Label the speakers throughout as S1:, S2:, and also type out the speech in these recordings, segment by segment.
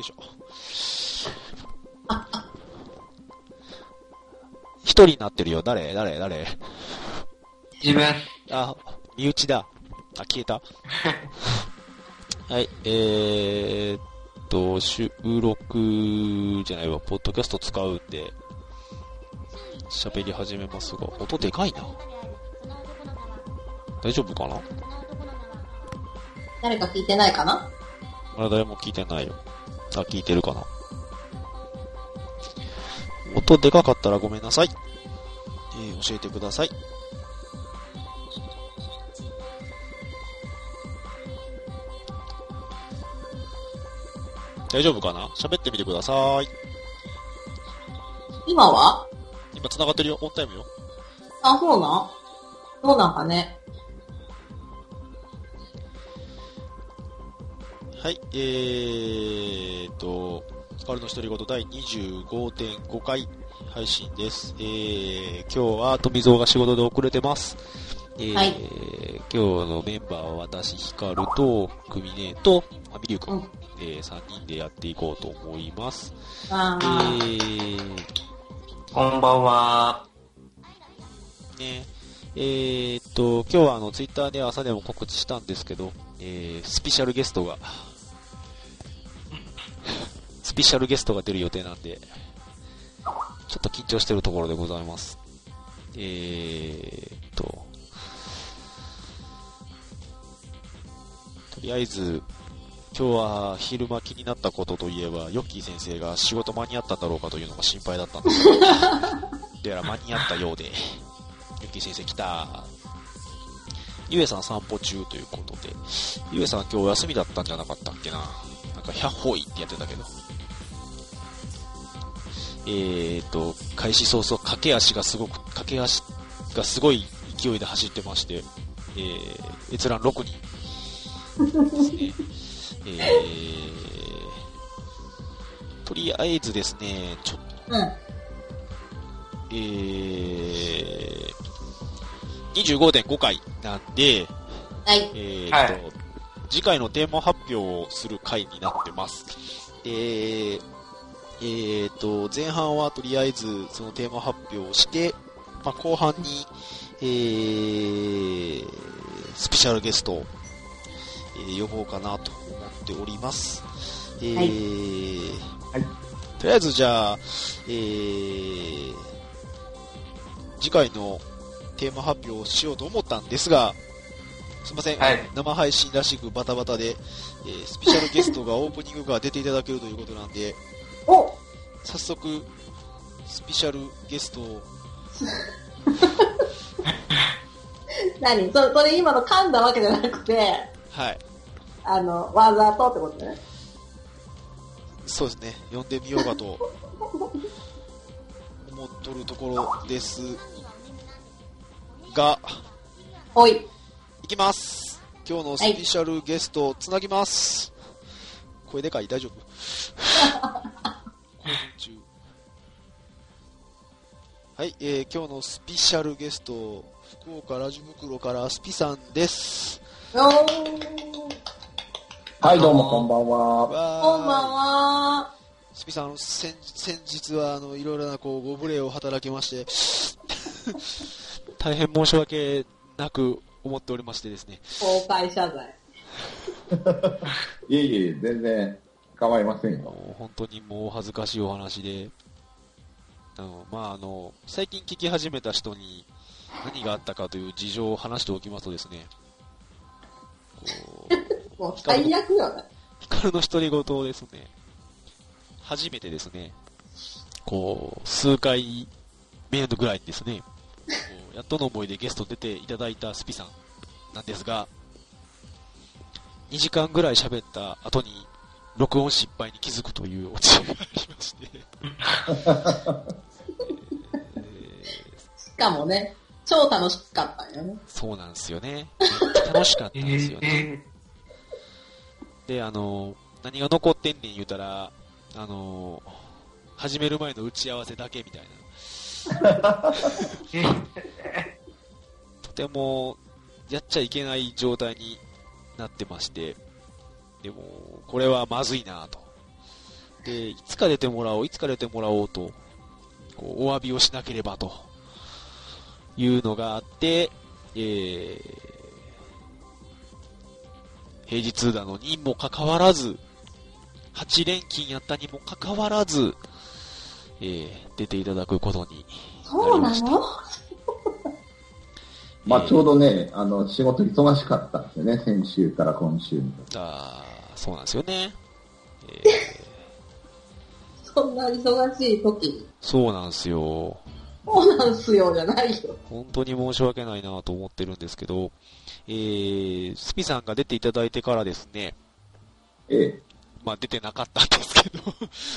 S1: いしょ。一人になってるよ。誰誰誰
S2: 自分。
S1: あ、身内だ。あ、消えた。はい、えーっと、収録じゃないわ、ポッドキャスト使うんで、喋り始めますが、音でかいな。大丈夫かな
S3: 誰か聞いてないかな
S1: まだ誰も聞いてないよ。あ、聞いてるかな。音でかかったらごめんなさい。えー教えてください。大丈夫かな喋ってみてください。
S3: 今は
S1: 今繋がってるよ。オンタイムよ。
S3: あ、そうなんどうなんかね。
S1: はい、えーっと、彼の独り言第25.5回配信です。えー、今日は富蔵が仕事で遅れてます。えー
S3: はい
S1: 今日のメンバーは私、ヒカルと、クミネと、あミリュウ君、
S3: うん
S1: えー、3人でやっていこうと思います。
S3: あ
S1: え
S3: ー
S1: ー、
S2: こんばんは。
S1: ね、えーっと、今日はあの、ツイッターで朝でも告知したんですけど、えー、スペシャルゲストが、 スペシャルゲストが出る予定なんで、ちょっと緊張してるところでございます。えーっと、とりあえず、今日は昼間気になったことといえば、ヨッキー先生が仕事間に合ったんだろうかというのが心配だったんですけど、どうやら間に合ったようで、ヨッキー先生来た。ゆえさん散歩中ということで、ゆえさん今日休みだったんじゃなかったっけな。なんか、百歩いってやってたけど。えーと、開始早々、駆け足がすごく、駆け足がすごい勢いで走ってまして、えー、閲覧6人。ですね。えー、とりあえずですね、ちょ、
S3: うん。
S1: えー、25.5回なんで、
S3: はい。
S1: えーと、
S2: はい
S1: 次回のテーマ発表をする回になってます。えー、えーと、前半はとりあえずそのテーマ発表をして、まあ、後半に、えー、スペシャルゲストを、えー呼ぼうかなと思っております。えー
S3: はい
S2: はい
S1: とりあえずじゃあ、えー、次回のテーマ発表をしようと思ったんですが、すいません、
S2: はい
S1: 生配信らしくバタバタで、えースペシャルゲストがオープニングから出ていただけるということなんで、
S3: お
S1: 早速、スペシャルゲストを、
S3: 何そそれ今の噛んだわけじゃなくて、
S1: はい、
S3: あの、わざとってことね。
S1: そうですね、呼んでみようかと、思っとるところですが、
S3: ほい。
S1: いきます今日のスペシャルゲストをつなぎます、声でかい大丈夫興奮中 はい、えー今日のスペシャルゲスト福岡ラジ袋からスピさんです
S3: おー。
S4: はい、どうもこんばんは。
S3: こ
S1: こ
S3: んばんは。
S1: スピさんあの先先日はあのいろいろなこうご無礼を働きまして 大変申し訳なく思っておりましてですね
S3: 公開謝罪。
S4: いえいえ、全然構いません
S1: あ
S4: よ。
S1: の本当にもうお恥ずかしいお話で、あのまあ、あの最近聞き始めた人に何があったかという事情を話しておきますとですね、こう
S3: もう最悪よね。
S1: ヒカルの独り言をですね、初めてですね、こう、数回目ぐらいにですね、こうやっとの思いでゲストに出ていただいたスピさんなんですが、2時間ぐらい喋った後に、録音失敗に気づくというオチがありまして、えー
S3: しかもね、超楽しかったんよね。
S1: そうなんですよね。めっちゃ楽しかったんですよね。で、あの、何が残ってんねん言うたら、あの、始める前の打ち合わせだけみたいな。とても、やっちゃいけない状態になってまして、でも、これはまずいなぁと。で、いつか出てもらおう、いつか出てもらおうと、こうお詫びをしなければと、いうのがあって、えー、平日なのにもかかわらず、8連勤やったにもかかわらず、えー、出ていただくことに
S3: そうな
S1: なりました
S3: の
S4: まあ、
S1: えー
S4: ちょうどね、あの、仕事忙しかったんですよね、先週から今週に。
S1: あーそうなんですよね。えー
S3: そんな忙しい時。
S1: そうなんですよ。
S3: そうなんすよ、じゃないよ。
S1: 本当に申し訳ないなと思ってるんですけど、えー、スピさんが出ていただいてからですね、
S4: ええ、
S1: まあ出てなかったんですけど、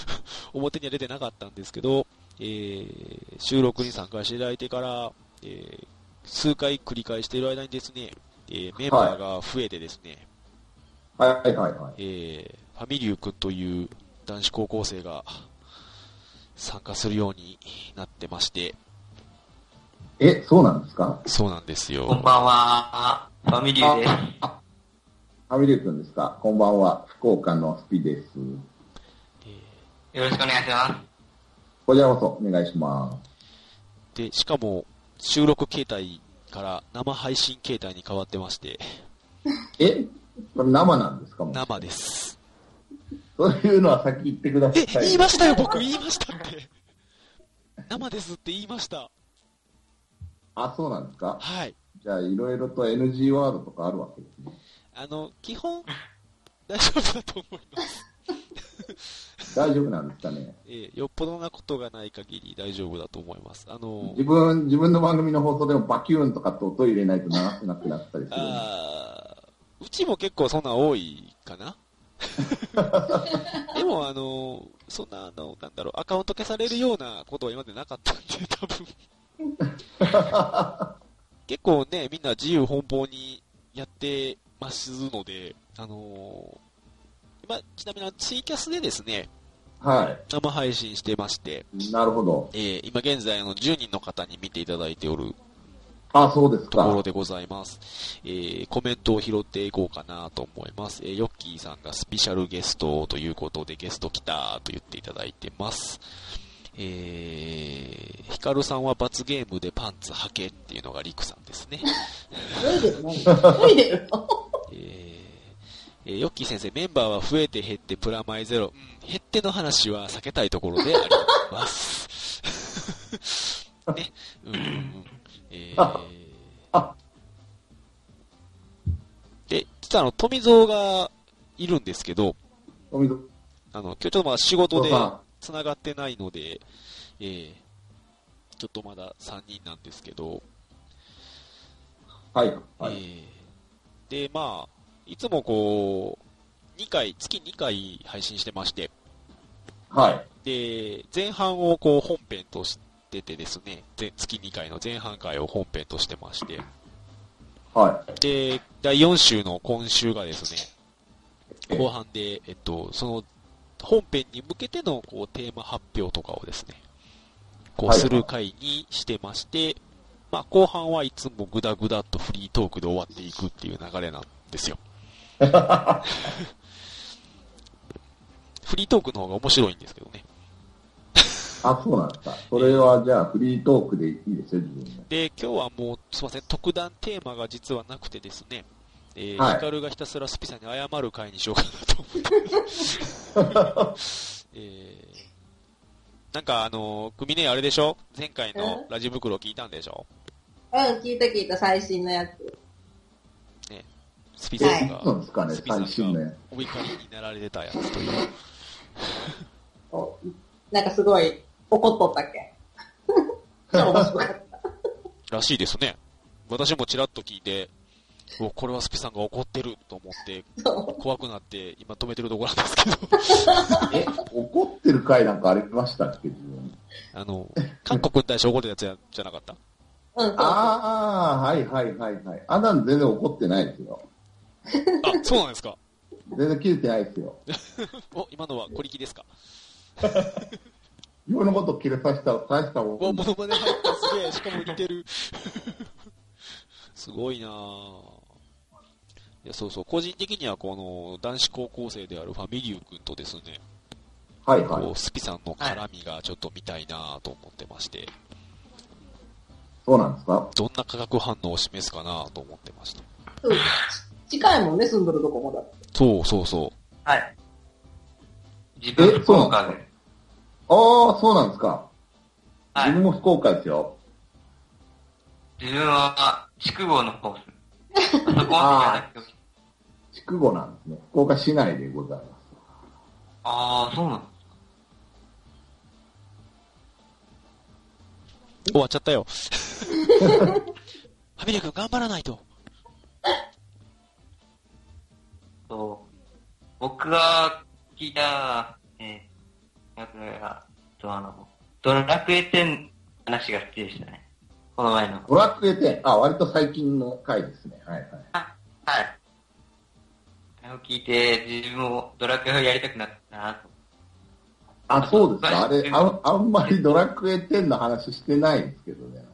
S1: 表には出てなかったんですけど、えー、収録に参加していただいてから、えー、数回繰り返している間にですね、えー、メンバーが増えてですね、
S4: はいはいはい。
S1: えー、ファミリュー君という男子高校生が参加するようになってまして、
S4: え、そうなんですか
S1: そうなんですよ。
S2: こんばんは。ファミリーです。
S4: ハミリュウ君ですかこんばんは。福岡のスピです。
S1: えー
S2: よろしくお願いしま
S4: こちらこそお願いします。
S1: で、しかも、収録形態から生配信形態に変わってまして、
S4: えこれ生なんですかもう
S1: 生です。
S4: そういうのは先言ってくださ
S1: え、
S4: い。
S1: 言いましたよ、僕言いましたって。生ですって言いました。
S4: あ、そうなんですか
S1: はい。
S4: じゃあ、いろいろと NG ワードとかあるわけですね。
S1: あの、基本、大丈夫だと思います。
S4: 大丈夫なんですかね
S1: えーよっぽどなことがない限り大丈夫だと思います。あの
S4: 自、分、自分の番組の放送でもバキューンとかって音入れないと流せなくなったりするんで。
S1: あーうちも結構そんなん多いかな。でも、あの、そんな、あの、なんだろう、アカウント消されるようなことは今までなかったんで、多分。結構ね、みんな自由奔放にやってますので、あのーまあ、ちなみにあのツイキャスでですね、
S4: は
S1: 生配信してまして、
S4: い。なるほど。
S1: えー今現在の10人の方に見ていただいておる
S4: あ、そうです
S1: ところ
S4: か。
S1: でございます。えーコメントを拾っていこうかなと思います。えーヨッキーさんがスペシャルゲストということでゲスト来たと言っていただいてます。えー、ヒカルさんは罰ゲームでパンツ履けっていうのがリクさんですね。
S3: 脱いでるの脱いでるの
S1: えーえーヨッキー先生、メンバーは増えて減ってプラマイゼロ。うん、減っての話は避けたいところであり ます。ね。うんうんうん。えー
S4: あ
S1: で、実はあの、富蔵がいるんですけど、
S4: お水と
S1: あの、今日ちょっとまだ仕事で
S4: さ
S1: 繋がってないので、えーちょっとまだ3人なんですけど、
S4: ん。はい。は
S1: え
S4: い。
S1: ーで、まあ、いつもこう、2回、月2回配信してまして、
S4: はい。
S1: で、前半をこう本編としててですね、で月2回の前半回を本編としてまして、
S4: は
S1: で、第4週の今週がですね、
S4: え
S1: 後半で、えっと、その本編に向けてのこうテーマ発表とかをですね、こう
S4: はい
S1: する回にしてまして、まあ後半はいつもグダグダっとフリートークで終わっていくっていう流れなんですよ。フリートークの方が面白いんですけどね。
S4: あ、そうなんですか。それはじゃあフリートークでいいですよ、自分で。
S1: で、今日はもう、すいません、特段テーマが実はなくてですね、えー
S4: はい
S1: ヒカルがひたすらスピさんに謝る回にしようかなと思って、 えーなんかあのー、組ね、あれでしょ前回のラジ袋聞いたんでしょ
S3: うん、聞いた聞いた最新のやつ。
S1: スピさん
S4: そうなん
S1: が、
S4: ですかね
S1: ス、ピさん
S4: 最新の
S1: が
S4: や
S1: お怒りになられたやつという。
S3: おなんかすごい怒っとったっ け超面白かった。
S1: らしいですね。私もちらっと聞いて、おこれはスピさんが怒ってると思って、
S3: そう
S1: 怖くなって、今止めてるところなんですけど。
S4: つ。え、怒ってる回なんかありましたっけ、自分。
S1: あの、韓国に対して怒ってたやつやじゃなか った
S3: うん、そうそう。
S4: ああ、はいはいはいはい。あんなの全然怒ってないですよ。
S1: あ、そうなんですか。
S4: 全然切れてないですよ。
S1: お、今のは小力ですか。
S4: 自分のことを切れさせたら大したも
S1: うわ、
S4: ん
S1: モノマネ入った、す げえ、しかも似てる。すごいなぁ。いや、そうそう、個人的にはこの男子高校生であるファミリュー君とですね、
S4: はいは
S1: こ
S4: い。
S1: うスピさんの絡みがちょっと見たいなと思ってまして、
S4: そうなんですか
S1: どんな化学反応を示すかなと思ってました。
S3: そうち近いもんね、住んどるとこもだって。
S1: そうそうそ
S2: はい。自分福岡で。
S4: ああ、そうなんですか。
S2: は
S4: 自分
S2: い。
S4: も福岡ですよ。
S2: 自分は、筑後の方です。あそこまで行かなくても
S4: 筑後なんですね。福岡市内でございます。
S2: ああ、そうなの
S1: う。終わっちゃった よ。はみれくん頑張らない と。
S2: そう。僕が聞いた、えー、やつが、とあの、ドラクエ10の話が好きでしたね。この前の。
S4: ドラクエ10、あ、割と最近の回ですね。はいはい。
S2: はい。あれを聞いて、自分もドラクエをやりたくなったなと。
S4: あ、そうですか。あ
S2: はい
S4: れ、あんあんまりドラクエ10の話してないんですけどね。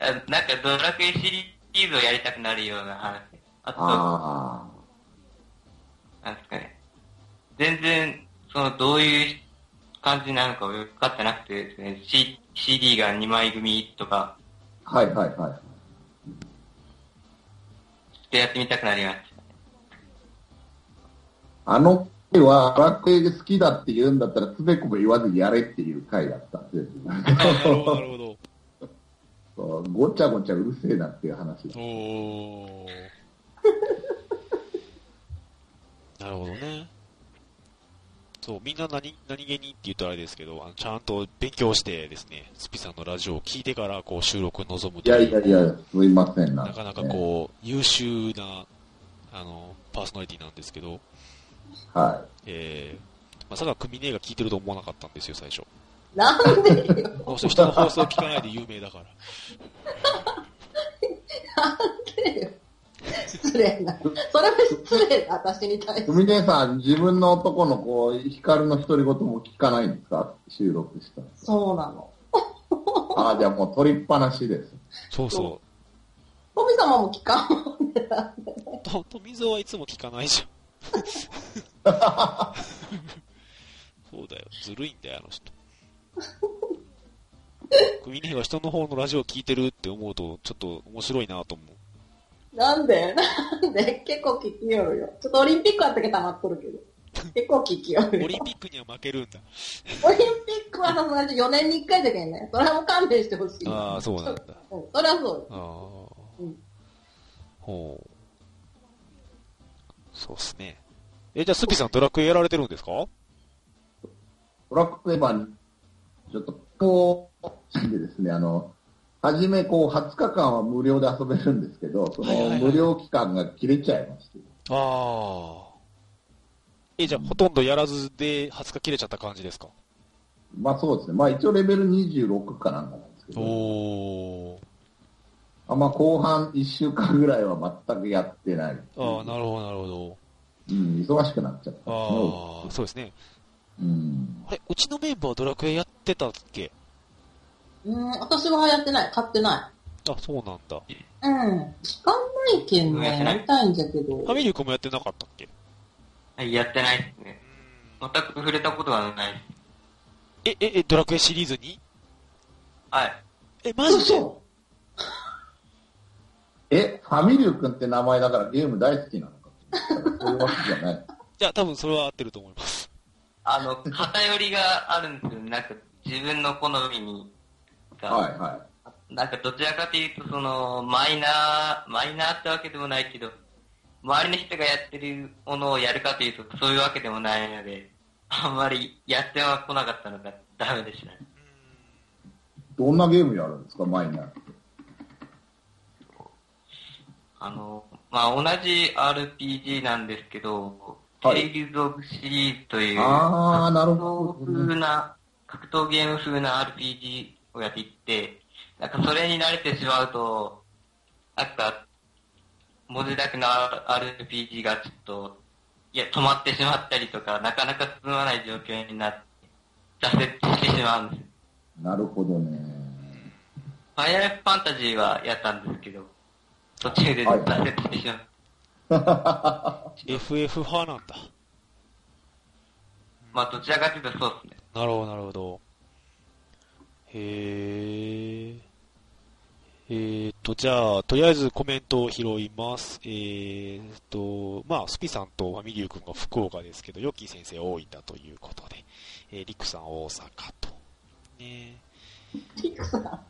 S2: あなんかドラクエシリーズをやりたくなるような話。あと、
S4: あ
S2: なんですかね。全然、その、どういう感じなのか分かってなくてですね、C、CD が2枚組とか、
S4: あ、はいはいはい。
S2: ちょっとやってみたくなりました。
S4: あの回は、ドラクエが好きだって言うんだったら、つべこべ言わずやれっていう回だったんです。
S1: るほど。
S4: そうごちゃごちゃうるせえなっていう話だ。
S1: おー。なるほどね。そう、みんな何、何気にって言ったらあれですけど、あのちゃんと勉強してですね、スピさんのラジオを聞いてから、こう、収録に臨む
S4: い
S1: と
S4: や
S1: いう。
S4: いやいや、すいませんな、
S1: なかなかこう、優秀な、あの、パーソナリティなんですけど、
S4: う。は
S1: えー、まさか組姉が聞いてると思わなかったんですよ、 最初。
S3: なんでよ。
S1: あそう人の放送聞かないで有名だから。
S3: 失礼な。それも失礼な、私に対し
S4: い。
S3: て。
S4: ふみねさん、自分の男の子、ヒカルの独り言も聞かないんですか収録したら。
S3: そうなの。
S4: ああ、じゃあもう取りっぱなしです。
S1: そうそ
S3: 富様も聞かんもんね。
S1: う。と、富蔵はいつも聞かないじゃん。そうだよ、ずるいんだよ、あの人。組姉が人の方のラジオ聞いてるって思うと、ちょっと面白いなと思う。
S3: なんでなんで結構聞きよるよ。ちょっとオリンピックはだけ溜まっとるけど。結構聞きよ
S1: オ
S3: るよ。オ
S1: リ
S3: リ
S1: ンピックには負けるんだ。
S3: ンピックはさすがに4年に1回だけんね。それはもう勘弁してほしい。
S1: ああ、そうなんだ。
S3: うん、それはそうよ。
S1: ああ。
S3: うん
S1: ほう。そうっすね。え、じゃあ、スピさんドラクエやられてるんですか
S4: ドラクエ版ちょっとこう、でですね、あの、はじめこう20日間は無料で遊べるんですけど、そ
S1: はいはいは
S4: の
S1: い
S4: 無料期間が切れちゃいまして。
S1: ああ。え、じゃあ、ほとんどやらずで20日切れちゃった感じですか
S4: まあそうですね。まあ一応レベル26かなんかなんですけど、
S1: おー。
S4: あまあ後半1週間ぐらいは全くやってない。
S1: ああ、なるほど、なるほ
S4: うん、忙しくなっちゃったんですね
S1: ど。ああ、そうですね。
S4: うん。
S1: あれ、うちのメンバードラクエやってたっけ
S3: うん、私はやってない。買ってな
S1: あ、そうなんだ。
S3: い。うん。時間ないけんね。やりたいんじゃけど。
S1: ファミリー君もやってなかったっけ
S2: はい、やってないですね。全く触れたことがないです。
S1: え、え、え、ドラクエシリーズに
S2: はい。
S1: え、マジで
S3: 嘘
S4: え、ファミリュー君って名前だからゲーム大好きなのかそういうわけじ ゃない。
S1: いや、多分それは合ってると思います。
S2: あの、偏りがあるんですよ。なんか、自分の好みに。が
S4: はいは
S2: なんか、どちらかというと、その、マイナー、マイナーってわけでもないけど、周りの人がやってるものをやるかというと、そういうわけでもないので、あんまりやっては来なかったのがダメでしたね。
S4: い。どんなゲームやるんですか、マイナーって。
S2: あの、まあ、同じ RPG なんですけど、
S4: はい
S2: テイルズ・オブ・シリーズという、
S4: ああ、なる
S2: 格
S4: ほ
S2: 闘
S4: どね、
S2: 風な、格闘ゲーム風な RPG をやっていって、なんかそれに慣れてしまうと、なんか、文字だけの RPG がちょっと、いや、止まってしまったりとか、なかなか進まない状況になって、挫折してしまうんです。
S4: なるほどね。
S2: ファイアーファンタジーはやったんですけど、途中で
S4: はい
S2: 挫折してしまう。
S1: FF 派なんだ。う
S2: まあ、どちらかというとそうですね。
S1: なるほど、なるほど。へえ。えーっと、じゃあ、とりあえずコメントを拾います。えーっと、まあ、スピさんとファミリュー君が福岡ですけど、ヨッキー先生大分ということで、えーリクさん大阪と。ね
S3: リクさん。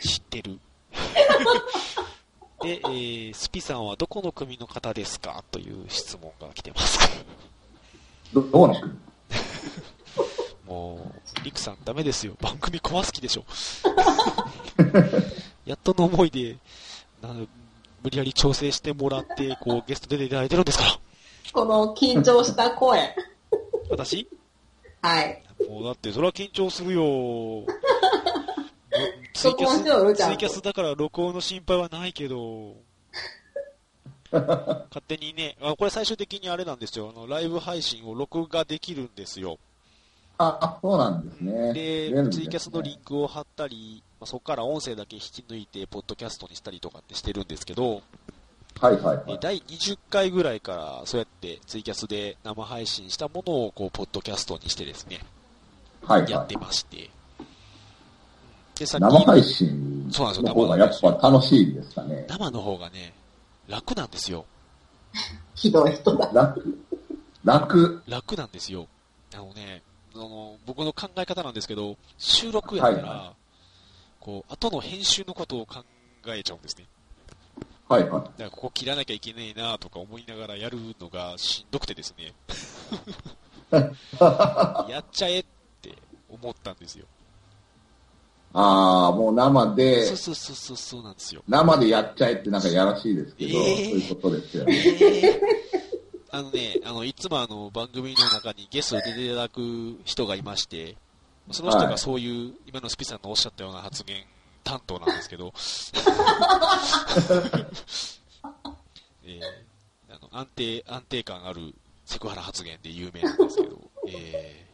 S1: 知ってる。 で、えースピさんはどこの組の方ですかという質問が来てます。
S4: どどうなる
S1: もう、リクさんダメですよ。 番組壊す気で しょ。やっとの思いで、な無理やり調整してもらって、こう、ゲスト出ていただいてるんですから。
S3: この緊張した声。
S1: 私
S3: はい。
S1: もうだって、それは緊張するよ。 ツイキ
S3: 録音しよう
S1: ャ
S3: よ
S1: ス、
S3: ち
S1: ツ
S3: ゃんと
S1: イキャスだから録音の心配はないけ ど、勝手にね、あ、これ最終的にあれなんですよ。あの、ライブ配信を録画できるんですよ。
S4: あ、あ、そうなんです
S1: で
S4: ね。出るん、です
S1: ツ
S4: ね
S1: イキャスのリンクを貼ったり、まあそこから音声だけ引き抜いて、ポッドキャストにしたりとかってしてるんですけど、
S4: はいはい
S1: え
S4: はい。
S1: 第20回ぐらいから、そうやってツイキャスで生配信したものを、こう、ポッドキャストにしてですね、
S4: はいはい、
S1: やってまして。で、さっ
S4: 生配
S1: き、
S4: 信
S1: そうなんですよ
S4: の方がやっぱ楽しいですかね。
S1: 生の方がね、楽なんですよ。
S3: ひどい人だ。
S4: 楽。楽。
S1: 楽なんですよ。あのね、その僕の考え方なんですけど、収録やったら、
S4: はい
S1: こう、後の編集のことを考えちゃうんですね。
S4: はいは
S1: だからここ切らなきゃいけねえなとか思いながらやるのがしんどくてです ね。やっちゃえって思ったんですよ。
S4: い。ああ、もう生で、
S1: そうそうそうそうそうなんですよ。
S4: 生でやっちゃえってなんかやらしいですけど、
S1: えー
S4: そういうことですよね。
S1: あのね、あの、いつもあの、番組の中にゲストで出ていただく人がいまして、その人
S4: は
S1: が
S4: い
S1: そういう、今のスピさんのおっしゃったような発言担当なんですけ ど、 えーあの安定、安定感あるセクハラ発言で有名なんですけど、 えー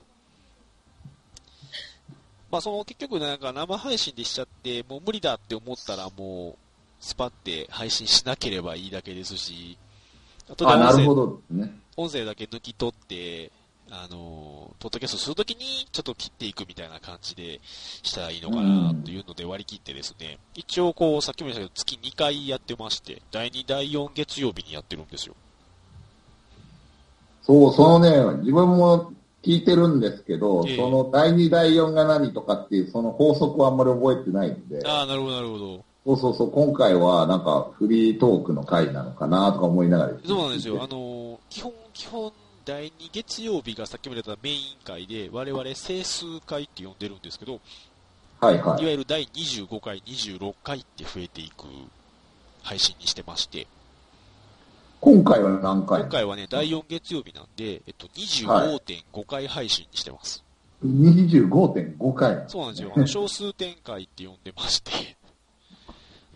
S1: まあその結局なんか生配信でしちゃって、もう無理だって思ったらもう、スパって配信しなければいいだけですし、あとで
S4: あ、な
S1: 音
S4: る
S1: 声
S4: ほどですね。
S1: 音声だけ抜き取って、あのー、ポッドキャストするときにちょっと切っていくみたいな感じでしたらいいのかなというので割り切ってですね、一応こう、さっきも言いましたけど、月2回やってまして、第2、第4月曜日にやってるんですよ。
S4: そう、そのね、自分も聞いてるんですけど、
S1: ええ
S4: その第2、第4が何とかっていう、その法則はあんまり覚えてないんで、
S1: ああ、なるほど、なるほど。
S4: そうそうそう、今回はなんかフリートークの回なのかなとか思いながら聞いてて。
S1: そうなんですよ。あのー、基本、基本、第2月曜日がさっきも言ったメイン会で、我々整数会って呼んでるんですけど、
S4: はいはい
S1: わ
S4: い。
S1: ゆる第25回、26回って増えていく配信にしてまして、
S4: 今回は何回
S1: 今回はね、第4月曜日なんで、えっと、25.5回配信にしてます。
S4: ?25.5 回。
S1: そうなんですよ。あの、少数展開って呼んでまして。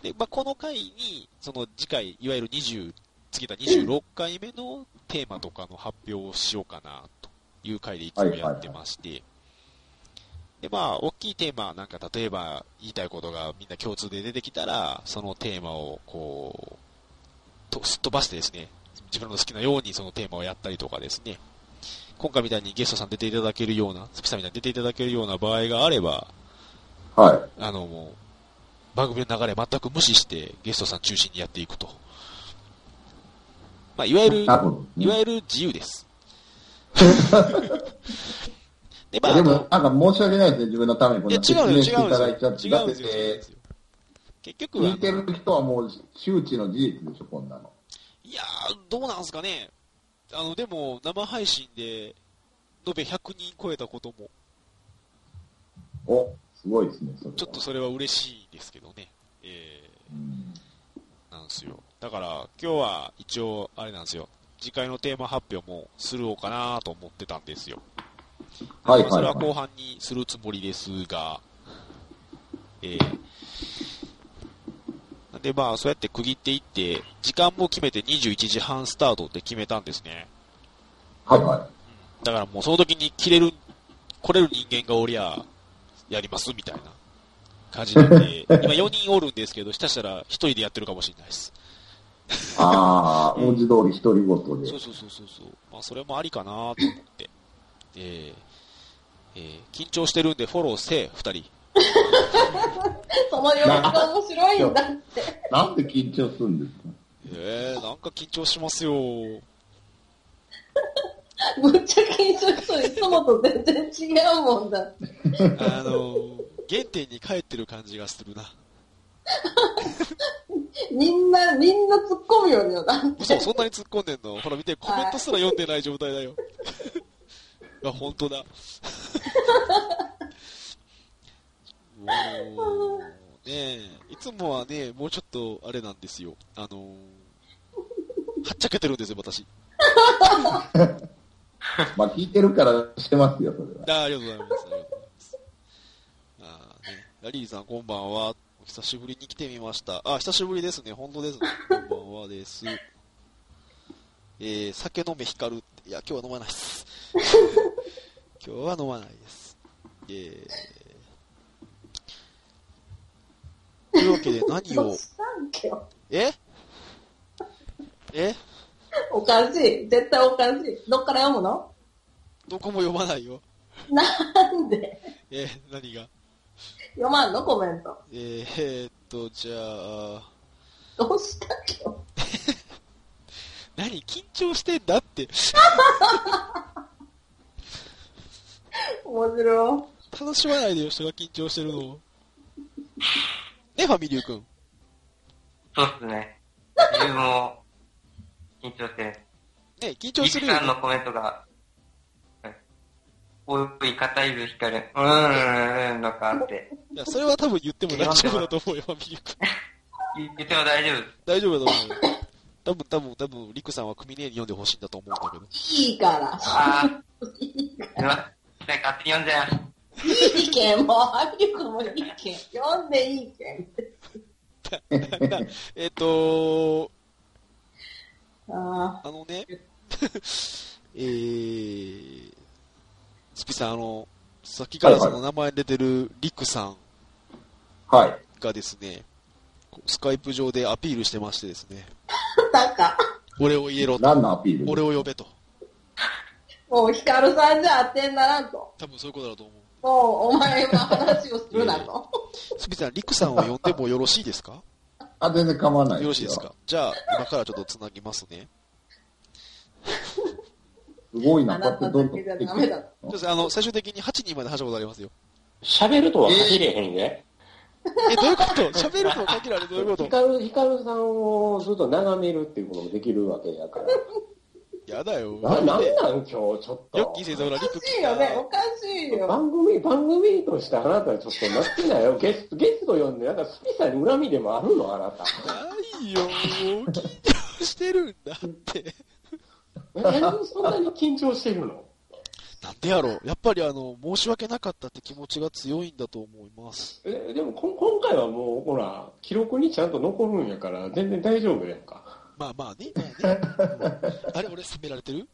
S1: で、まあ、この回に、その次回、いわゆる20、次だ26回目のテーマとかの発表をしようかな、という回でいつもやってまして。で、まあ、大きいテーマ、なんか例えば言いたいことがみんな共通で出てきたら、そのテーマをこう、とすっ飛ばしてですね、自分の好きなようにそのテーマをやったりとかですね、今回みたいにゲストさん出ていただけるような、スピさんみたいに出ていただけるような場合があれば、
S4: は
S1: あの、もう、番組の流れ全く無視して、ゲストさん中心にやっていくと。まあ、いわゆる
S4: い。、なるほど、
S1: いわゆる自由 です。で、まあ、
S4: で
S1: あの
S4: も、なんか申し訳ないですね、自分のためにこん
S1: いや、
S4: な
S1: 違
S4: 説
S1: うん
S4: 明
S1: で
S4: し
S1: す
S4: てい
S1: よ、違う
S4: ただ
S1: ん
S4: い
S1: で
S4: ちゃっ
S1: す
S4: て、
S1: よ。違
S4: だ
S1: うん
S4: っ
S1: ですよ。違うんで
S4: て
S1: す、よ結局は
S4: 聞い、てる人はもう周知の事実でしょ、こんなの。
S1: いやー、どうなんすかね。あの、でも、生配信で、延べ100人超えたことも、
S4: お、すごいですね、それは。
S1: ちょっとそれは嬉しいですけどね。えー、
S4: うん
S1: なんですよ。だから、今日は一応、あれなんですよ。次回のテーマ発表もするのかなと思ってたんですよ。
S4: はい
S1: まあそ
S4: はい、
S1: れは後
S4: はい。
S1: 半にするつもりですが、えーなんでまあ、そうやって区切っていって、時間も決めて21時半スタートって決めたんですね。
S4: はいは
S1: だからもうその時に切れる、来れる人間がおりゃ、やりますみたいな感じなんで、今4人おるんですけど、したしたら1人でやってるかもしれないです。
S4: い。ああ、文字通り独り言で。
S1: そうそうそうそうそう。まあ、それもありかなと思って。えーえー緊張してるんでフォローせえ、二人。
S3: その様子が面白いんだって。
S4: なんで緊張するんですか
S1: えー、なんか緊張しますよ。
S3: むっちゃ緊張しそういつもと全然違うもんだ。
S1: あの、原点に帰ってる感じがするな。
S3: みんな、みんな突っ込むよね、だって。
S1: 嘘、 そんなに突っ込んでんのほら見て、コメントすら読んでない状態だよ。あ、本当だ。もう、ねえ、いつもはね、もうちょっとあれなんですよ。あのーはっちゃけてるんですよ、私。
S4: まあ聞いてるからしてますよ、それは。
S1: あありがとうございます。ありがとうございます。あーね、ラリーさん、こんばんは。お久しぶりに来てみました。あ、久しぶりですね。本当ですね。こんばんはです。えー、酒飲め光るって。いや、今日は飲まないです。今日は飲まないです。えー、というわけで何
S3: どう
S1: を、
S3: したんけよ。
S1: ええ
S3: おかしい。絶対おかしい。どっから読むの
S1: どこも読まないよ。
S3: なんで
S1: えー、何が
S3: 読まんのコメント。
S1: えー、えーっと、じゃあ、
S3: どうした んけよ。
S1: 何緊張してんだって。
S3: 面白い。
S1: 楽しまないでよ、人が緊張してるのを。ね、ファミリュー君。
S2: そうっすね。自分も緊張してる。
S1: ね、緊張
S2: リ
S1: す
S2: ク
S1: るよ
S2: さん
S1: ね。
S2: のコメントが、はいおい、硬いぶ光る。うーん、なんかあ って。
S1: いや、それは多分言っても大丈夫だと思うよ、ファミリュー君。
S2: 言言っても大丈夫です。
S1: 大丈夫だと思うよ。多分、多分、多分、リクさんは組ねえに読んでほしいんだと思うんだけど。
S3: いいから。
S2: ああ、すいません。勝手に読んじゃいました。
S3: いいけん、もう、ハリュクもいいけん。読んでいいけん。
S1: えっ、と
S3: あ
S1: あのね、えー、スピさん、あの、さっきからその名前出てるリクさん
S4: はい。
S1: がですね、スカイプ上でアピールしてましてですね、
S3: あ、なんか、
S1: 俺を言えろと、
S4: 何のアピール
S1: 俺を呼べと。
S3: もう、ヒカルさんじゃ当てにならんと。
S1: 多分そういうことだと思う。
S3: もう、お前は話をするなと。
S1: すみさん、リクさんを呼んでもよろしいですか
S4: あ、全然構わない
S1: よろしいですかじゃあ、今からちょっとつなぎますね。
S4: すごい
S3: あ
S4: な、こう
S3: な
S4: やって
S3: た
S4: ど
S3: だ
S4: んどん
S3: けじゃダメだと。
S1: そうですあの、最終的に8人まで走ることありますよ。
S5: 喋るとは限れへんで。
S1: え、どういうこと喋ると限られるどういうこと
S5: ヒカル、ヒカルさんをずっと眺めるっていうこともできるわけやから。
S1: やだよ。
S5: な、なんなん
S1: で
S5: 今日ちょっと。
S1: ヨッキー先生、ほら、
S3: お
S1: リ
S3: か
S1: ク
S3: し
S1: 来
S3: いよ
S1: た
S3: ね、おかしいよ。
S5: 番組、番組としてあなたちょっと待ってないよ。ゲスト、ゲスト呼んで、なんかスピさんに恨みでもあるのあなた。
S1: ないよ。緊張してるんだって。
S5: 何そんなに緊張してるの
S1: なんでやろう。やっぱりあの、申し訳なかったって気持ちが強いんだと思います。
S5: え、でもこん今回はもう、ほら、記録にちゃんと残るんやから、全然大丈夫やんか。
S1: まあまあね、まあね。うんあれ、俺責められてる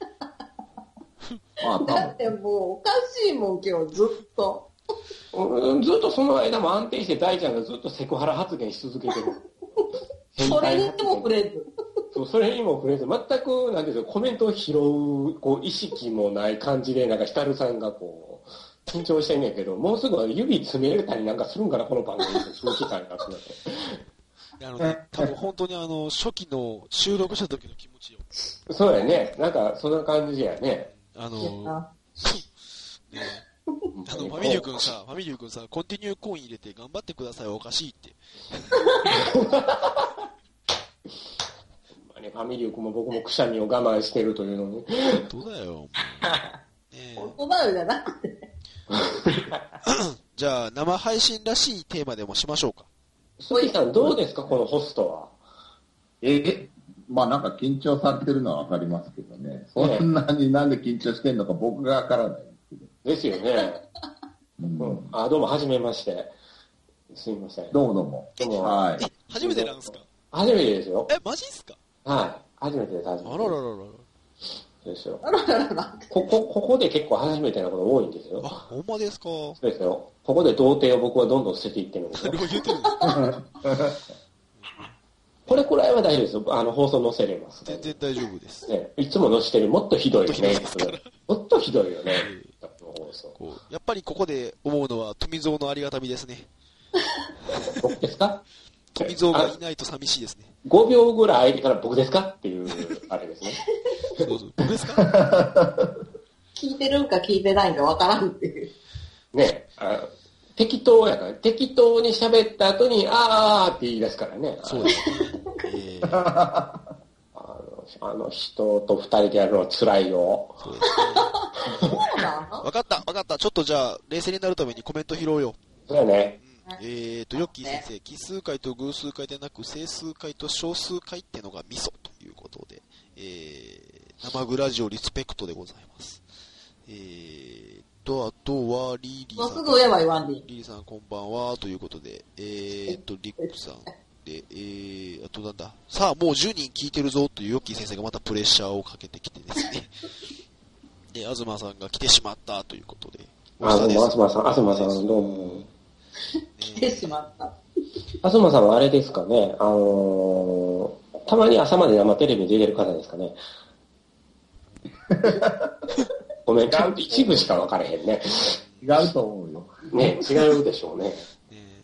S4: まあ、多
S3: だっ
S4: 分
S3: てもう、おかしいもん、今日、ずっと。
S5: うんずっとその間も安定して大ちゃんがずっとセクハラ発言し続けて る。
S3: それにも触れず。
S5: そうそれにも触れず、全く、なんていうんですか、コメントを拾う、こう、意識もない感じで、なんか、ヒカルさんが、こう、緊張してんねんけど、もうすぐ指詰めれたりなんかするんかな、この番組で。すごい機会になってなって。
S1: あのね、多分本当にあの、初期の収録した時の気持ちよ。
S5: そうやね。なんか、そんな感じやね。
S1: あ
S3: い
S1: の、
S3: や
S1: ねあの、ファミリュー君さ、ファミリュー君さ、コンティニューコイン入れて頑張ってください、おかしいって。
S5: まあねファミリュー君も僕もくしゃみを我慢してるというのに。
S1: 本当だよ、も うねえ
S3: 本当だよじゃなくて。
S1: じゃあ、生配信らしいテーマでもしましょうか。
S5: スイさん、どうですか、このホストは。
S4: え、まあなんか緊張されてるのはわかりますけどね。そんなになんで緊張してんのか僕がわからないんですけど。
S5: で すよね。
S4: うん
S5: うん。あ、どうも、はじめまして。すいません。
S4: どうもどうも。
S5: どうも
S4: はい。
S1: え、初めてなんすか
S5: 初めてですよ。
S1: え、マジっすか
S5: はい。初めてです、初
S1: あ
S5: めて
S1: らららら。
S5: ですよ。
S3: あらららら。
S5: ここ、ここで結構初めてなこと多いんです
S1: あ、
S5: よ。
S1: ほんまですかそ
S5: そうですよ。ここで童貞を僕はどんどん捨てていってるんですよ
S1: れ。を言ってるんですか
S5: これくらいは大丈夫ですよ。あの、放送載せれます、ね
S1: 全。然大丈夫です。
S5: ね、いつも載せてる、もっとひどいよね。
S1: もっとひどいで
S5: もっとひどいよ ね。放送
S1: こうやっぱりここで思うのは富蔵のありがたみですね。
S5: 僕ですか
S1: 富蔵がいないと寂しいですね。
S5: 5秒ぐらい空いてから僕ですかっていう、あれですね。
S1: そう そう僕ですか
S3: 聞いてるんか聞いてないんかわからんっていう。
S5: ね あ適当やから、適当に喋った後に、あーって言い出すからね。
S1: そうですね。えー
S5: あのあの人と二人でやるのは辛いよ。
S1: そうですね
S3: そうなの
S1: わかった、わかった。ちょっとじゃあ、冷静になるためにコメント拾おうよ。
S5: そうやね。
S1: えーと、ヨッキー先生、奇数回と偶数回でなく、整数回と小数回ってのがミソということで、えー、生グラジオリスペクトでございます。えーと、あとは、リリー
S3: もう
S1: さ
S3: す
S1: ん。
S3: ぐ上は言わんでいい。
S1: リリーさん、こんばんは、ということで、えーと、リックさん。で、えー、あとなんだ、さあ、もう10人聞いてるぞというヨッキー先生がまたプレッシャーをかけてきてです ね。で、東さんが来てしまったということで。
S5: あ、どうも、
S1: 大下
S5: 東
S1: です
S5: さん、東さん、どうも。
S3: 来てしまった。
S5: 東さんはあれですかね、あのーたまに朝まで生テレビに出てる方です かね。ごめん、ちゃんと一部しか分かれへんね。
S4: 違うと思うよ。
S5: ね、違うでしょうね。
S1: ね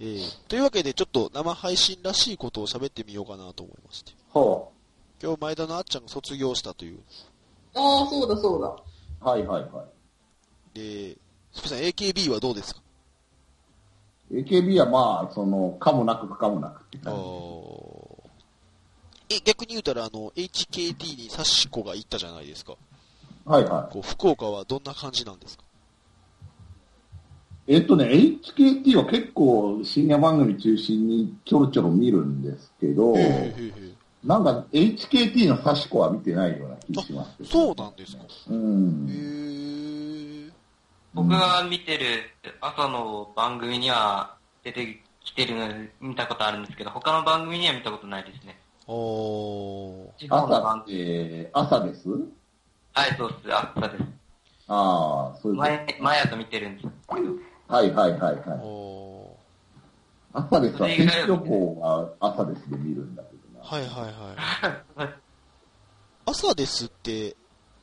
S1: えーというわけで、ちょっと生配信らしいことを喋ってみようかなと思いまして。
S5: ほ
S1: 今日、前田のあっちゃんが卒業したという。
S3: ああ、そうだそうだ。
S4: はいはいは
S1: で、すみません、AKB はどうですか
S4: い。AKB はまあ、その、かもなく不可もなくって
S1: あ
S4: 感じ。
S1: ーえ、逆に言うたら、あの、HKT にサシコが行ったじゃないですか。
S4: はいは
S1: こう、福岡はどんな感じなんですか
S4: い。えっとね、HKT は結構深夜番組中心にちょろちょろ見るんですけど、
S1: へーへー
S4: なんか HKT のサシコは見てないような気しますけど
S1: そうなんですか。
S4: う
S1: へ
S4: ん。
S1: ー
S2: 僕が見てる朝の番組には出てきてるの見たことあるんですけど、他の番組には見たことないですね。
S1: あー
S2: 地方の
S4: 朝
S2: 番
S4: っ
S2: 組。
S4: て、朝です
S2: はい、そうです。朝です。
S4: ああ、そういうこと。
S2: 毎毎朝見てるんですけど。
S4: はいはいはい
S1: あ
S4: はい。
S1: ー。
S4: 朝です
S2: そ
S4: は、
S2: れ
S4: 天
S2: 以
S4: 気
S2: 外は
S4: 予報は朝ですで見るんだけどな。
S1: はいはい はい。朝ですって、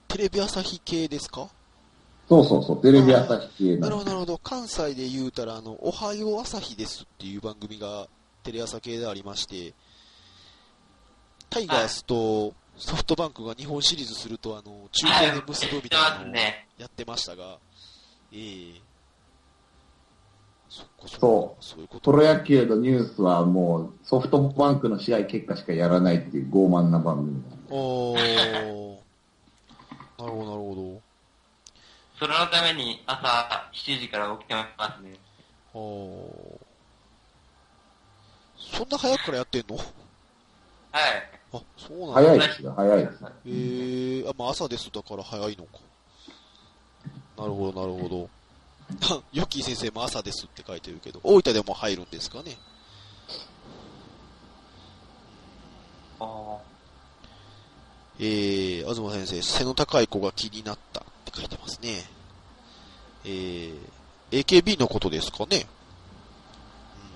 S1: テレビ朝日系ですか
S4: そうそうそう、テレビ朝日系
S1: な
S4: な
S1: る
S4: の
S1: ほどなるほど。関西で言うたら、あの、おはよう朝日ですっていう番組がテレ朝系でありまして、タイガースとソフトバンクが日本シリーズすると、あの、中継で結ぶみたい
S2: は
S1: な
S2: い知ってます
S1: のを
S2: ね
S1: やってましたが、ええそっかそっか
S4: そ
S1: そういうこと
S4: プロ野球のニュースはもうソフトバンクの試合結果しかやらないっていう傲慢な番組だ
S1: おー。なるほど、なるほど。
S2: それのために朝7時から起きてますね。
S1: おそんな早くからやってんの
S2: はい。
S1: あ、そうなんだ。
S4: 早いですよ、早いですよ。
S1: えー、あ、まあ朝ですだから早いのか。なるほど、なるほど。 あヨッキー先生も朝ですって書いてるけど、大分でも入るんですかね。
S2: あー
S1: えー、東先生、背の高い子が気になったって書いてますね。えー、AKB のことですかね。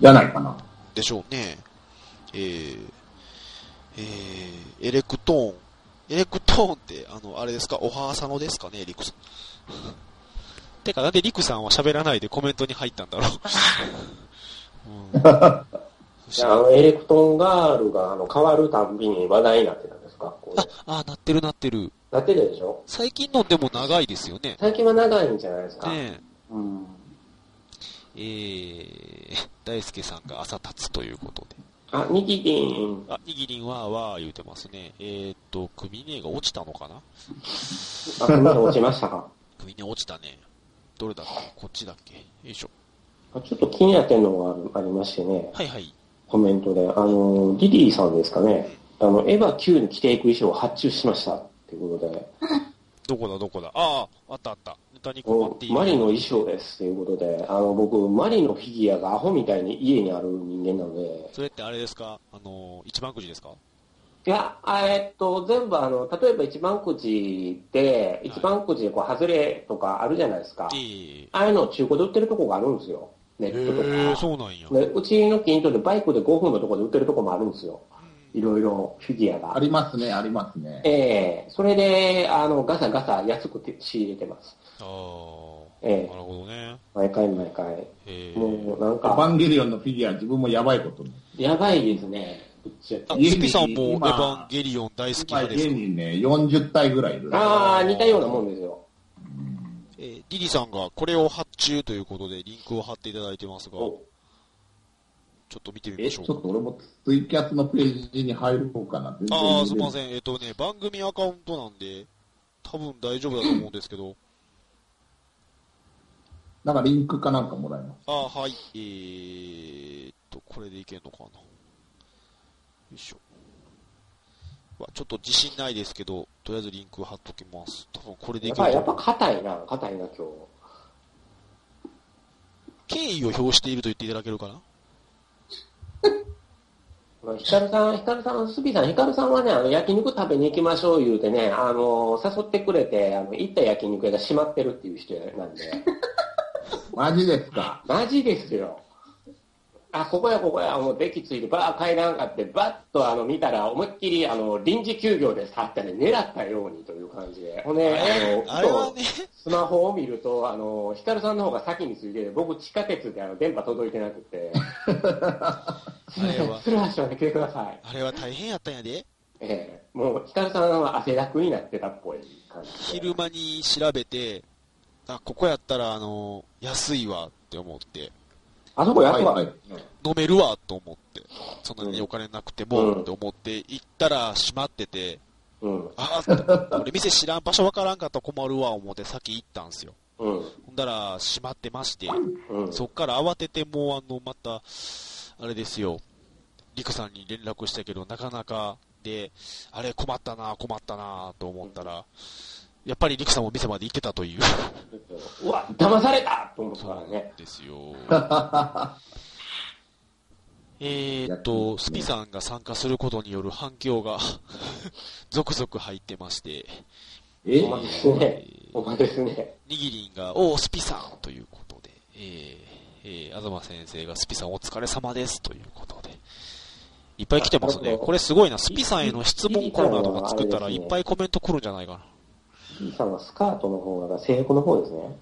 S4: じゃないかな。
S1: でしょうね。えー、えー、エレクトーン。エレクトーンって、あの、あれですか、おはーさのですかね、リクさん。てか、なんでリクさんは喋らないでコメントに入ったんだろう。うん、
S5: う。あの、エレクトンガールがあの変わるたんびに話題になってたんですかこう
S1: あ、あ、鳴ってる鳴ってる。
S5: なってるでしょ
S1: 最近のでも長いですよね。
S5: 最近は長いんじゃないですか。
S1: ね
S5: うん。
S1: え、えー、大輔さんが朝立つということで。
S5: あ、ニキティン。
S1: あ、イギリンはわー言うてますね。えー、っと、クミネが落ちたのかな
S5: あ、こんなの落ちました か。
S1: クミネ落ちたね。どれだっけこっちだっけよいしょ。
S5: あちょっと気になってんのがあるありましてね、
S1: はいはい。
S5: コメントで。あの、リリーさんですかね。あの、エヴァ Q に着ていく衣装を発注しました。っていうことで。
S1: どこだどこだああ、あったあった。ネタに
S5: この
S1: 困っている。
S5: マリの衣装です。ということで。あの、僕、マリのフィギュアがアホみたいに家にある人間なので。
S1: それってあれですかあのー、一番くじですか
S5: いや、あえっと、全部あの、例えば一番くじで、一番くじでこう、外れとかあるじゃないですか。
S1: ええ
S5: ああいうのを中古で売ってるとこがあるんですよ。ネ
S1: へ
S5: ットとか。
S1: ー、そうなんや。
S5: でうちの近所でバイクで5分のところで売ってるとこもあるんですよ。いろいろフィギュアが
S4: あ。りますね、ありますね。
S5: ええそれで、あの、ガサガサ安くて仕入れてます。
S1: あー、
S5: ええ
S1: なるほどね。
S5: 毎回毎回。
S1: へー
S5: もうなん
S4: エヴァ
S5: か、
S4: ンゲリオンのフィギュア、自分もやばいことに。
S5: やばいですね。ぶっちゃけ
S1: あ、
S4: 家に
S1: スピさんもエヴ
S4: 今
S1: ァンゲリオン大好き
S4: 今
S1: 派です
S4: 家
S1: か
S4: にね、40体ぐらいいる。
S5: ああ、似たようなもんですよ。
S1: えーリリさんがこれを発注ということでリンクを貼っていただいてますが、ちょ
S5: お
S1: っと見てみま
S4: え、
S1: し
S4: ち
S1: ょ
S4: ょ
S1: う
S4: っ
S1: か
S4: と。俺もツイキャスのページに入ろうかな。全然
S1: ああ、すみま
S4: ん。
S1: せん。えっとね、番組アカウントなんで、多分大丈夫だと思うんですけど、
S4: なんかリンクかなんかもらいます。
S1: ああ、はい。えーっと、これでいけんのかな。よいしょ。わちょっと自信ないですけど、とりあえずリンク貼っときます。多分これでい
S5: やっ
S1: ける
S5: ぱ、
S1: と
S5: やっ
S1: 思
S5: ぱ
S1: う。
S5: 硬いな、硬いな、今日。
S1: 敬意を表していると言っていただけるかな
S5: まあヒカルさん、ヒカルさん、スピさん、ヒカルさんはね、あの、焼肉食べに行きましょう言うてね、あの、誘ってくれて、あの、行った焼肉屋が閉まってるっていう人なんで、
S4: マジですか。
S5: マジですよ。あ、ここやここや、もうデキついて、ばー帰らんかって、ばっとあの、見たら、思いっきり、あの、臨時休業で去ってね、狙ったようにという感じで。ほんで、
S1: あ
S5: あ
S1: れ
S5: の、
S1: はね、
S5: スマホを見ると、あの、ヒカルさんの方が先についてて、僕地下鉄であの電波届いてなくて、すいま
S1: あ
S5: せ
S1: れは
S5: ん、鶴橋まで来てください。
S1: あれは大変やったんやで。
S5: ええもうヒカルさんは汗だくになってたっぽい感じで。
S1: 昼間に調べて、あ、ここやったら、あの、安いわって思って、
S5: あそこやっ
S4: はい
S5: ぱ、
S4: はい。
S1: 飲めるわと思って、そんなにお金なくて
S5: う
S1: も
S5: ん
S1: って思って、行ったら閉まってて、
S5: うん、
S1: あー、俺店知らん、場所わからんかったら困るわ思って先行ったんすよ。
S5: うん、
S1: ほんだら、閉まってまして、
S5: うん。
S1: そっから慌ててもう、あの、また、あれですよ、リクさんに連絡したけど、なかなか、で、あれ困ったな、困ったな、と思ったら、やっぱりリクさんも店まで行ってたという。
S5: うわ、騙されたと思ったからね。
S1: ですよ。えーっと、スピさんが参加することによる反響が、 続々入ってまして、
S4: え
S5: お前ですね。お前ですね。
S1: にぎりんが、おー、スピさんということで、えー、えー、東先生がスピさんお疲れ様ですということで、いっぱい来てますね。これすごいな、スピさんへの質問コーナーとか作ったらいっぱいコメント来るんじゃないか
S5: C さんはスカートの方が制服の方ですね。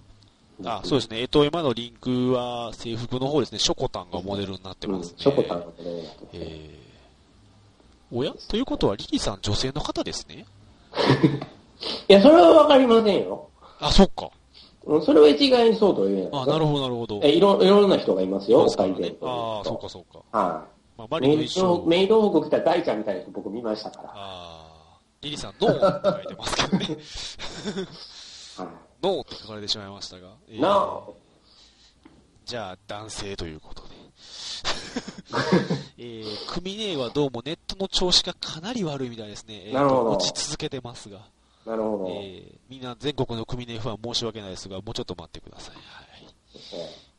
S1: な。あ、そうですね。えっと、今のリンクは制服の方ですね、ショコタンがモデルになって
S5: う
S1: ま
S5: ん、
S1: すね。
S5: ショコタンのことね。
S1: えー、おやということは、リリさん女性の方ですね
S5: いや、それはわかりませんよ。
S1: あ、そっか。
S5: うんそれは一概にそうとは言えない。
S1: あ、なるほど、なるほど。
S5: えいろ、いろんな人がいますよ、
S1: そう
S5: お
S1: ですから
S5: 会
S1: ね
S5: 計。
S1: ああ、そうか、そうか。
S5: は
S1: まあ、マ
S5: い。メ
S1: リ
S5: イ
S1: の
S5: ド
S1: 一緒。
S5: メイド王国来た大ちゃんみたいな人僕見ましたか
S1: ああ、リリさん、ノーって書いてますけどね。
S5: ら。は
S1: ノーって書かれてしまいましたが。え
S5: い。
S1: ー
S5: なあ、
S1: じゃあ、男性ということで。 えー、クミネはどうもネットの調子がかなり悪いみたいですね。えーと
S5: なるほど
S1: 落ち続けてますが。
S5: なるほど。え
S1: えー、みんな全国のクミネファン申し訳ないですが、もうちょっと待ってください。はい。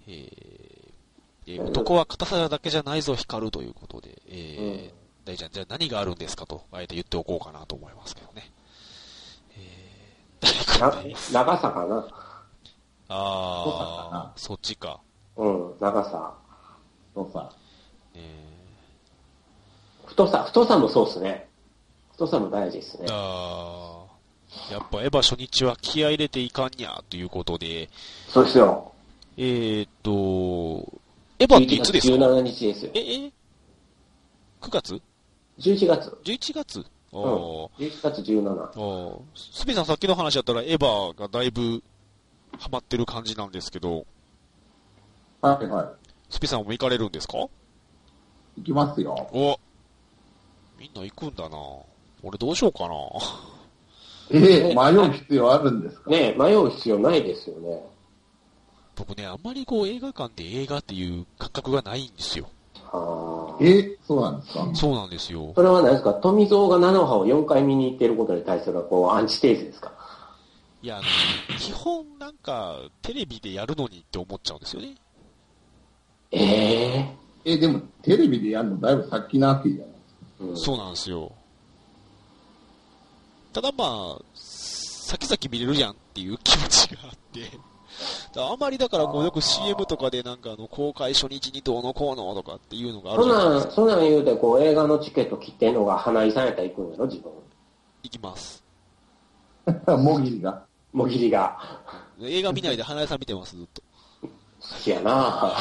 S1: えーえー男は硬さだけじゃないぞ、光るということで、えー
S5: うん
S1: 大ちゃん、じゃあ何があるんですかと、あえて言っておこうかなと思いますけどね。えー、
S5: な
S1: 誰かね
S5: 長さか
S4: そう
S5: な。
S4: だ
S1: あ
S4: な
S1: ー、そっちか。
S5: うん、長さ。
S4: そうさ。
S1: え
S5: 太さ、太さもそうっすね。太さも大事ですね
S1: ー、。あーやっぱエヴァ初日は気合い入れていかんにゃ、ということで、
S5: そうですよ。
S1: えーっと、エヴァってい
S5: 11
S1: つ
S5: 月
S1: ですか
S5: 17日ですよ
S1: え、。え ?9 月
S5: 11月。
S1: ?11 月
S5: うん。
S1: おー。
S5: 11月17。
S1: ああ、スピさんさっきの話だったらエヴァがだいぶハマってる感じなんですけど、
S4: はいはい。
S1: スピさんも行かれるんですか
S4: 行きますよ。
S1: おみんな行くんだな俺どうしようかな
S4: えー、迷う必要あるんですか
S5: ねえ迷う必要ないですよね。
S1: 僕ね、あんまりこう映画館で映画っていう感覚がないんですよ。
S5: はあ
S4: え。ー、そうなんですか
S1: そうなんですよ。
S5: それは何ですか富蔵が菜の葉を4回見に行ってることに対するこうアンチテーゼですか
S1: いや、あの、基本なんかテレビでやるのにって思っちゃうんですよね。
S5: ええ
S4: えー、でもテレビでやるのだいぶ先なわけじゃない
S5: うん
S1: そうなんですよ。ただまあ、先々見れるやんっていう気持ちがあって、だからあまりだからこうよく CM とかでなんかあの公開初日にどうのこうのとかっていうのがある
S5: そん
S1: じゃないで
S5: な
S1: す
S5: ん、
S1: か。
S5: そんなん言うて、こう、映画のチケット切ってんのが花井さんやったら行くんやろ、自分。
S1: 行きます。
S4: もぎりが。
S5: もぎりが。
S1: 映画見ないで花屋さん見てます、ずっと。
S5: 好きやな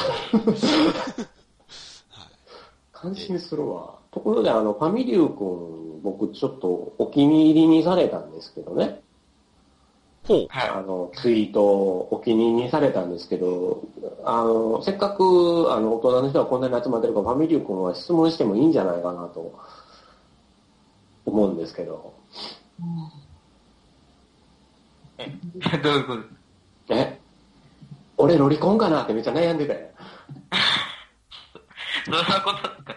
S5: 感心するわ。ところで、あの、ファミリュー君、僕、ちょっとお気に入りにされたんですけどね。
S1: ほう。
S2: はい。
S5: あの、ツイートをお気に入りにされたんですけど、あの、せっかく、あの、大人の人がこんなに集まってるから、ファミリュー君は質問してもいいんじゃないかなと、思うんですけど。
S2: え、どういうこと
S5: え俺ロリコンかなってめっちゃ悩んでたよ。
S2: そんなことですか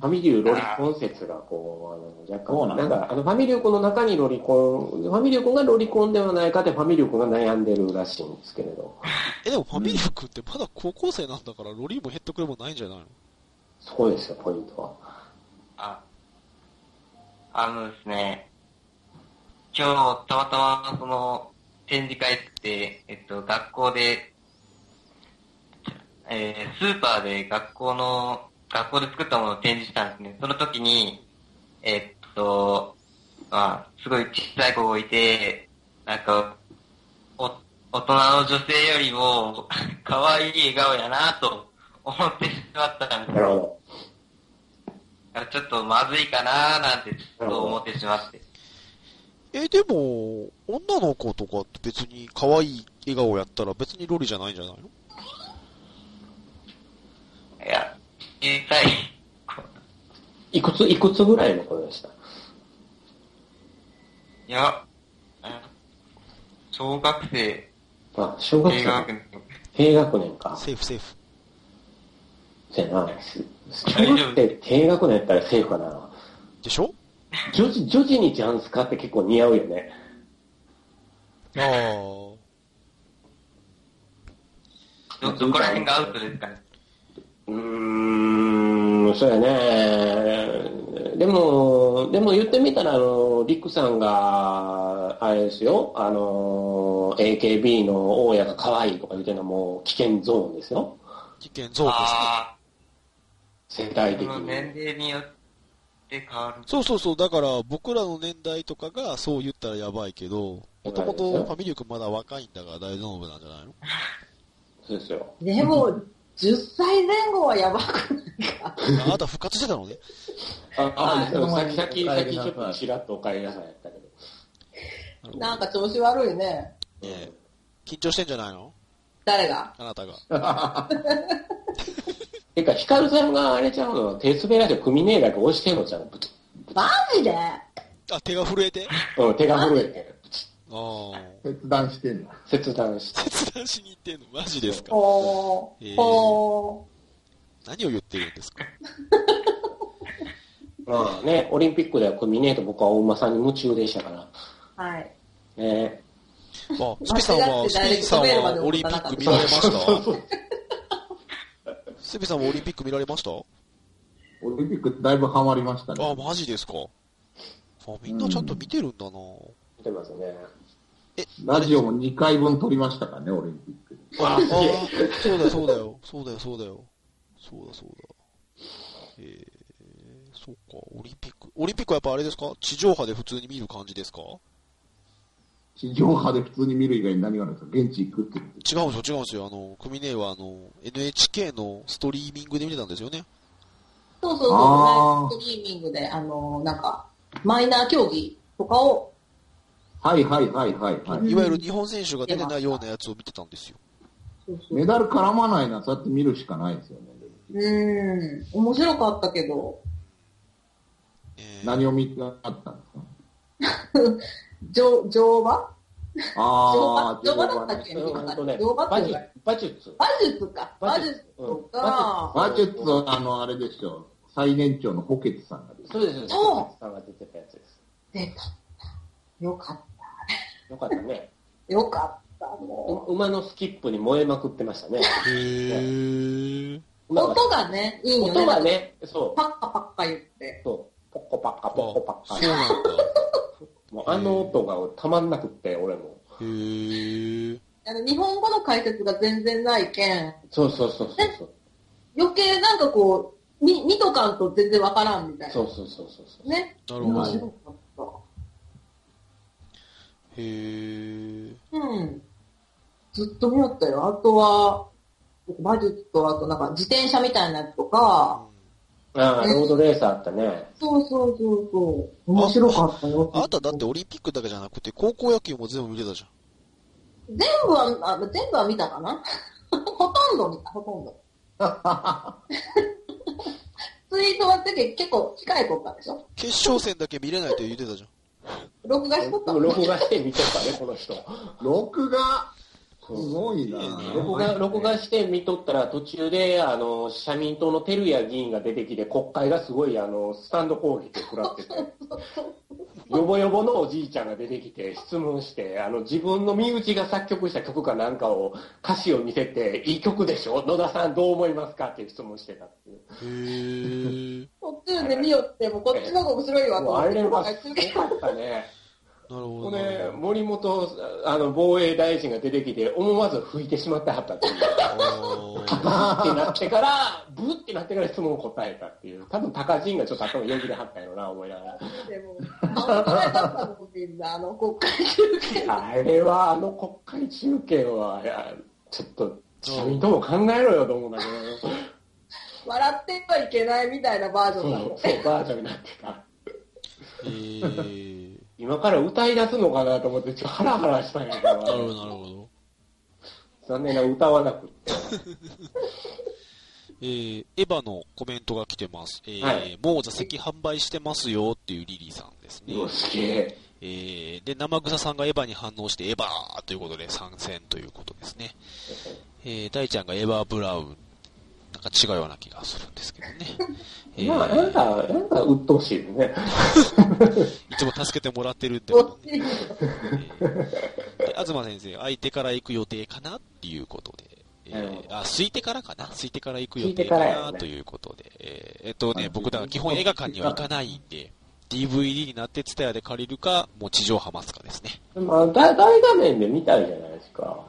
S5: ファミリューロリコン説がこう、あの
S4: そうな
S5: 若干、
S4: ん
S5: な
S4: だ
S5: んか、あの、ファミリューコンの中にロリコン、ファミリューコンがロリコンではないかってファミリューコンが悩んでるらしいんですけれど。
S1: え、でもファミリー君ってまだ高校生なんだから、ロリーもヘッドクレもないんじゃないの
S5: そこですよ、ポイントは。
S2: あ、あのですね、今日、たまたま、その、展示会って、えっと、学校で、えー、スーパーで学校の、学校で作ったものを展示したんですね。その時に、えっと、まあ、すごい小さい子がいて、なんか、お、大人の女性よりも、 可愛い笑顔やなと思ってしまったんです
S5: なるほど。
S2: あちょっとまずいかなーなんてちょっと思ってしまって。
S1: え、でも、女の子とかって別に可愛い笑顔やったら別にロリじゃないんじゃないの
S2: いや、実際、こう
S5: いくつ、いくつぐらいの子でした
S2: いや、あ小学生、
S5: あ、小学
S2: 低
S5: 生
S2: 学年、
S5: 低学年か。
S1: セーフセーフ。
S5: せやな。す
S2: 大丈夫
S5: 小学生低学年やったらセーフかな。
S1: でしょ
S5: 女子、女子にジャンスカって結構似合うよね。
S1: ああ。
S2: ど、どこら辺がアウトですかね。
S5: うーん、そうやね。でも、でも言ってみたら、あの、リックさんが、あれですよ、あの、AKB の大家が可愛いとか言ってるのも危険ゾーンですよ。
S1: 危険増ですね。
S2: あ
S5: 世
S2: あ、
S5: 代
S2: そ
S5: 的
S2: の
S5: に。
S2: 年齢によって変わる。
S1: そうそうそう、だから僕らの年代とかがそう言ったらやばいけど、もともとファミリー君まだ若いんだから大丈夫なんじゃないの
S5: そうですよ。
S3: でも、10歳前後はやばくないか。
S1: あなた復活してたのね。
S5: あ、
S3: は
S5: あ、
S3: い
S5: でも
S4: その
S5: 先、先、
S4: 前に
S5: 先、ちょっとちらっとお帰りなさいやったけど。
S3: なんか調子悪いね。
S1: ねえ緊張してんじゃないの
S3: 誰が
S1: あなたが。
S5: てか、ヒカルさんがあれちゃうの、手滑らせて組ねえだけ押してんのちゃうぶち
S3: マジで
S1: あ、手が震えて
S5: うん、手が震えて、
S1: ああ。
S4: 切断してんの。
S5: 切断して。
S1: 切断しに行ってんのマジですか
S3: ほ
S1: えー
S3: ー、ほ
S1: 何を言ってるんですか
S5: まあね、オリンピックでは組ねえと僕はお馬さんに夢中でしたから。
S3: ー。はい。
S5: ね
S1: あ、スピさんは、スピさんはオリンピック見られましたスピさんはオリンピック見られました
S4: オリンピックだいぶハマりました
S1: あ、
S4: ね。
S1: マジですか。あ、みんなちゃんと見てるんだな
S5: 見てますね。
S4: ラジオも2回分撮りましたからね、オリンピック。
S1: ああ、そうだよ、そうだよ。そうだよ、そうだよ。そうだ、そうだ。えー、そうか、オリンピック。オリンピックはやっぱあれですか地上波で普通に見る感じですか
S4: 地上波で普通に見る以外に何があるんですか現地行くって言って。
S1: 違うんですよ、違うんですよ。あの、クミネはあの、NHK のストリーミングで見てたんですよね。
S3: そうそう
S4: あ
S3: そ
S4: ー
S3: う。ストリーミングで、あの、なんか、マイナー競技とかを、
S4: はいはいはいはい、はい。
S1: いわゆる日本選手が出てないようなやつを見てたんですよ。
S3: そうそう
S4: メダル絡まないな、そうやって見るしかないですよね。
S3: うん、面白かったけど、
S1: えー
S4: 何を見たかったんですか
S3: 乗乗馬
S4: あー、
S3: 乗馬乗馬だったっけ
S5: うんとね
S3: 動画、っ
S5: 馬
S3: ていう
S5: 術
S3: か、
S5: 馬
S3: 馬術か。馬
S5: 術。
S3: 術
S5: う
S3: と
S5: ん
S3: か、
S4: 馬術は、あの、あれでしょ。最年長の補欠さんが出て
S5: そうです、そうです。
S3: そう
S5: さんが出てたやつです。
S3: 出た。よかった。
S5: よかったね。
S3: よかった、
S5: う
S3: も
S5: 馬のスキップに燃えまくってましたね。
S1: へー。
S3: う。
S5: 馬が
S3: 音がね、いいよね。
S5: 音がね、そ
S3: パッカパッカ言って。
S5: う。そう。ポッコパッカ、ポッコパ
S1: そ
S5: ッ
S1: う
S5: カ。
S1: なんだ。
S5: まもうあの音がたまんなくって、俺も。
S1: へー。
S3: あの日本語の解説が全然ないけん、
S5: そうそうそうそうそう。
S3: 余計なんかこう、見、見とかんと全然わからんみたい
S5: そ
S3: な。
S5: うそうそうそうそう。
S3: ね。
S1: なるほ
S3: 面
S1: ど。
S3: 白かっ
S1: へー。
S3: た。うん。ずっと見よったよ。あとは、馬術と、あとなんか自転車みたいなやつとか、
S5: ああ、ロードレースあったね。
S3: そうそうそうそう。面白かったよ。
S1: あなただってオリンピックだけじゃなくて、高校野球も全部見てたじゃん。
S3: 全部は、あ全部は見たかな ほとんど見た、ほとん ど。 ツイートはだけ結構控えとったでしょ
S1: 決勝戦だけ見れないと言ってたじゃん。
S3: 録画しとったの
S5: 録画して見とったね、この人。
S4: 録画す
S5: そう
S4: ごいな。
S5: 録画録画して見とったら途中であの社民党の照屋議員が出てきて国会がすごいあのスタンド攻撃を食らっててよぼよぼのおじいちゃんが出てきて質問してあの自分の身内が作曲した曲かなんかを歌詞を見せていい曲でしょ野田さんどう思いますかっていう質問してたってい
S1: へ
S5: う
S1: ー。
S3: こっちで見よっても、こっちの方が面白いわと
S5: もう
S3: 思
S5: あ
S3: って、
S5: れ
S3: 今
S5: は
S3: 回
S5: す
S3: 続
S5: ご
S3: け
S5: かったね
S1: なるほ
S5: こ
S1: どなる
S5: れ
S1: ほど。
S5: 森本あの防衛大臣が出てきて思わず吹いてしまってはったっていう
S1: あ
S5: ブってなってから、ブーってなってから質問を答えたっていう。多分、高人がちょっと頭よぎれはったんやろな、思いながら。
S3: ても、あ、考えたったもん、みんな、あの、国会中継。
S5: あれは、あの国会中継は、いやちょっと、自民党も考えろよと思うんだけど、
S3: 笑ってはいけないみたいなバージョ
S5: そ
S3: ンだもん
S5: う、そう、バージョンになってた。
S1: ーへー。
S5: 今から歌い出すのかなと思って、ちょっとハラハラしたんやけ
S1: なるほ
S5: ど、
S1: ど、なるほど。
S5: 残念ながら歌わなくって。
S1: えー、エヴァのコメントが来てます。えー
S5: はい
S1: もう座席販売してますよっていうリリーさんですね
S5: う。わ、すげえ。
S1: えー、で、生草さんがエヴァに反応してエヴァーということで参戦ということですね。えー、大ちゃんがエヴァブラウン。なんか違うような気がするんですけどね。え
S5: まあ、なん
S1: ー、
S5: か、なんか鬱陶しいよね。
S1: いつも助けてもらってるんだけ
S3: ど
S1: ど
S3: っ
S1: ね。
S3: ち
S1: えーで、東先生、相手から行く予定かなっていうことで、え
S5: なるほ
S1: ー、
S5: ど
S1: あ、空いてからかな空いてから行く予
S5: 空い
S1: 定
S5: て
S1: か
S5: からや
S1: な
S5: ね
S1: ということで、えーえっと
S4: あ
S1: ね、
S4: の
S1: 僕だから基本映画館には行かないんで、DVD になってツタヤで借りるか、もう地上波待つかですね。
S5: まあ、大大画面で見たいじゃないですか。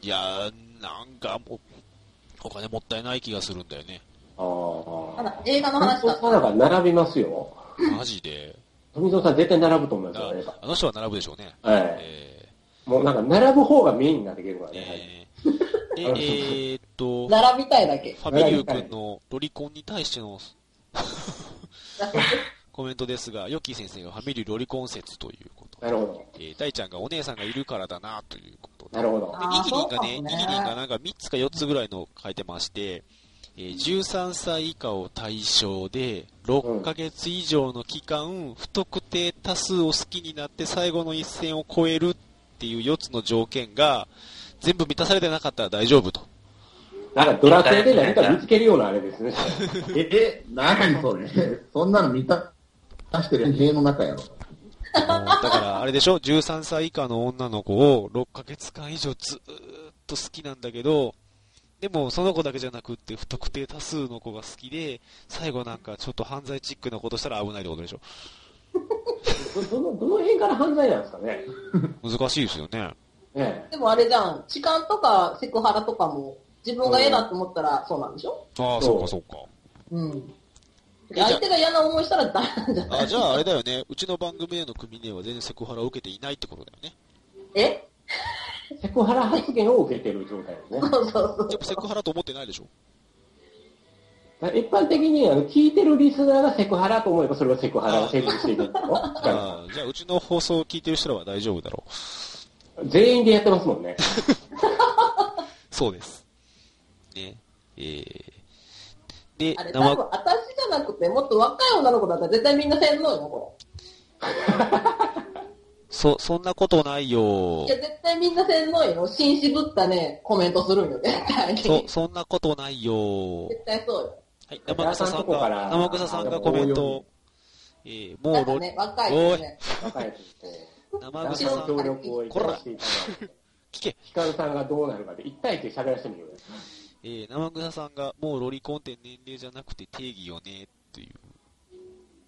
S1: いやー、なんかもう、お金もったいない気がするんだよね。
S5: ああ。
S3: あら、映画の話だ
S5: 富
S3: っ
S5: 蔵さん
S3: た。
S5: なんか並びますよ。
S1: マジ で。
S5: 富蔵さん絶対並ぶと思います
S1: あ
S5: よ、ね。
S1: あの人は並ぶでしょうね。
S5: え
S1: え
S5: えもうなんか並ぶ方がメインになってくるから
S1: ー、
S5: ね。
S1: え ー、でえーっと、
S3: 並びたいだけ。
S1: ファミリュー君のロリコンに対して のコメントですが、ヨッキー先生がファミリューロリコン説ということで。
S5: なるほど。
S1: えー大ちゃんがお姉さんがいるからだなということで。
S5: なるほど。
S3: あ
S1: イギリンがね、イ
S3: そう
S1: ギ
S3: かもね
S1: リンがなんか3つか4つぐらいの書いてまして、えー13歳以下を対象で、6ヶ月以上の期間、不特定多数を好きになって最後の一線を超えるっていう4つの条件が、全部満たされてなかったら大丈夫と。
S5: なんかドラクエで何か見つけるようなあれですね。
S4: え、え、何それ。そんなの見た、出してる塀の中やろ。
S1: だから、あれでしょ ?13 歳以下の女の子を6ヶ月間以上ずーっと好きなんだけど、でもその子だけじゃなくって不特定多数の子が好きで、最後なんかちょっと犯罪チックなことしたら危ないってことでしょ
S5: どどのどの辺から犯罪なんですかね。
S1: 難しいですよね。
S5: ね
S3: でもあれじゃん、痴漢とかセクハラとかも、自分が嫌だと思ったらそうなんでしょ
S1: ああ、
S5: そ
S1: そううかそうか。
S3: うん。
S1: えじゃあ
S3: 相手が嫌な思いしたらダメじゃない
S1: あじゃああれだよね。うちの番組への組名は全然セクハラを受けていないってことだよね。
S3: え
S5: えセクハラ発言を受けてる状態ですね
S3: そう。そうそう
S1: でもセクハラと思ってないでしょ
S5: だから一般的にあの聞いてるリスナーがセクハラと思えばそれはセクハラを成立していくんですよ。
S1: ああ、じゃあうちの放送を聞いてる人らは大丈夫だろう。
S5: 全員でやってますもんね。
S1: そうです。ね。えー。で
S3: あれ、、多
S1: 生
S3: 分、私じゃなくて、もっと若い女の子だったら絶対みんな洗脳よ、こ
S1: そ、そんなことないよ
S3: れ。いや、絶対みんな洗脳よ。紳士ぶったね、コメントするんよ、絶対に。
S1: そ、そんなことないよ。
S3: 絶対そうよ。
S1: はい、生草さん
S5: 高田さんとこか
S1: が、
S5: ら
S1: 生草さんがコメントを、えー、も
S3: な
S1: うん
S3: か
S1: ロ、
S3: ね、若い子ね。
S5: 若い人と。
S1: 生
S5: 男
S1: 草
S5: 性
S1: さん
S5: の
S1: 聞
S5: 協力を生かしていただいて、
S1: け。
S5: ヒカルさんがどうなるかで、一対一で喋らせてみようよ。
S1: えー、生草さんが、もうロリコンって年齢じゃなくて定義よね、ってい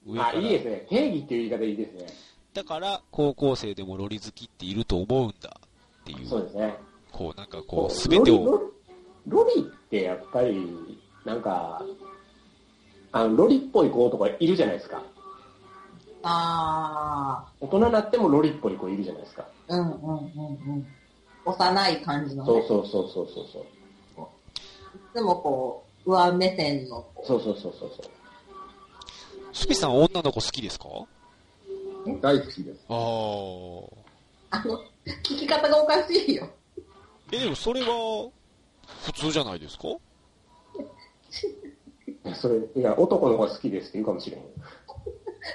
S1: う。上か
S5: あ、
S1: ら
S5: いいですね。定義っていう言い方いいですね。
S1: だから、高校生でもロリ好きっていると思うんだってい
S5: そう
S1: う、
S5: ですね。
S1: こう、なんかこう、すべてを、
S5: ロリロリロリってやっぱり、なんか、あの、ロリっぽい子とかいるじゃないですか。
S3: あ
S5: 大人になってもロリっぽい子いるじゃないですか。
S3: ー、うんうんうんうん。幼い感じの、
S5: そう
S3: ね、
S5: そうそうそうそうそう。
S3: いつもこう、上目線の、
S5: そうそうそうそうそう。
S1: スピさん女の子好きですか
S4: 大好きです。
S1: あー。
S3: あの、聞き方がおかしいよ。
S1: え、でもそれは、普通じゃないですか
S5: いやそれ、いや、男の子が好きですって言うかもしれん。
S1: あ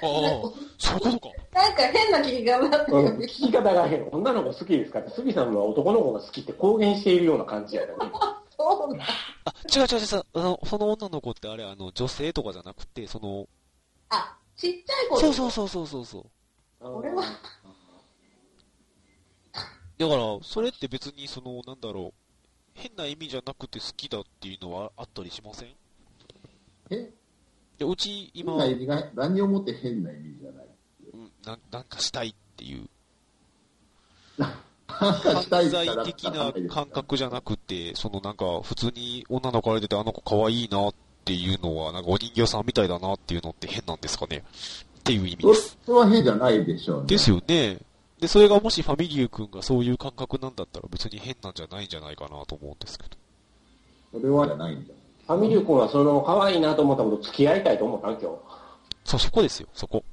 S1: あ、そういうことか。
S3: なんか変な聞き方だった
S5: う
S3: よ
S5: ん
S3: ね
S5: 聞き方が変。女の子好きですかって、杉さんは男の子が好きって公言しているような感じやね。
S3: そうなん
S1: あ、違う違う違う、あの、その女の子ってあれ、あの、女性とかじゃなくて、その、
S3: あ、ちっちゃい子
S1: そうそうそうそうそうそう。
S3: 俺は
S1: だから、それって別に、その、なんだろう、変な意味じゃなくて好きだっていうのはあったりしませんい
S4: え
S1: や、うち、今
S4: 変な、意味が、何をもって変な意味じゃない。
S1: うんなんなんかしたいっていう、
S4: 犯罪
S1: 犯罪的な感覚じゃなくて、そのなんか、普通に女の子歩いてて、あの子可愛いなっていうのは、なんかお人形さんみたいだなっていうのって変なんですかねっていう意味です。
S4: それは変じゃないでしょうね。
S1: ですよね。で、それがもしファミリュー君がそういう感覚なんだったら別に変なんじゃないんじゃないかなと思うんですけど。
S4: それはじゃないんじゃない。
S5: ファミリュー君はその、可愛いなと思ったこと付き合いたいと思ったん、今日。
S1: そう、そこですよ、そこ。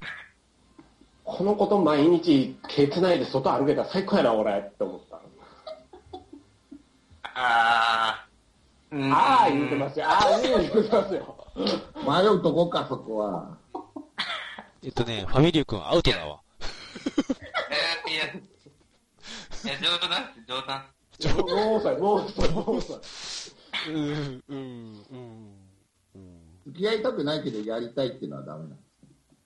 S5: この子と毎日、ケツないで外歩けたら最高やな、俺、って思った。
S2: あー。うん
S5: ああ、言うてますよ。ああ、言うてますよ。
S4: 迷うとこか、そこは。
S1: えっとね、ファミリュー君アウトだわ。
S2: えーいや、いや、冗談です、冗談。
S5: もう遅い、もう遅い、もう遅い。
S1: うーん、うーん、うーん。うーん
S4: 付き合いたくないけどやりたいっていうのはダメなの。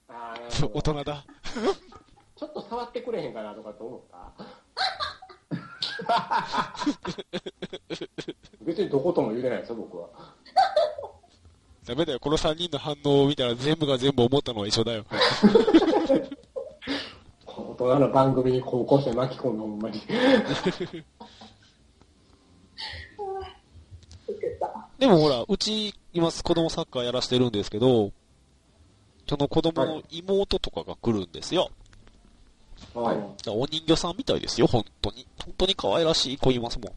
S5: ああ、なる
S1: そう
S5: ほ
S1: 大人
S5: ど
S1: だ。
S5: ちょっと触ってくれへんかなとかと 思った。別にどことも言うてないですよ、僕は。
S1: ダメだよ、この3人の反応を見たら全部が全部思ったのは一緒だよ。
S5: 大人の番組に高校生巻き込むのほ んまに。
S3: 受けた。
S1: でもほら、うち、今、子供サッカーやらしてるんですけど、その子供の妹とかが来るんですよ。
S5: はい。
S1: だからお人形さんみたいですよ、本当に。本当に可愛らしい子いますもん。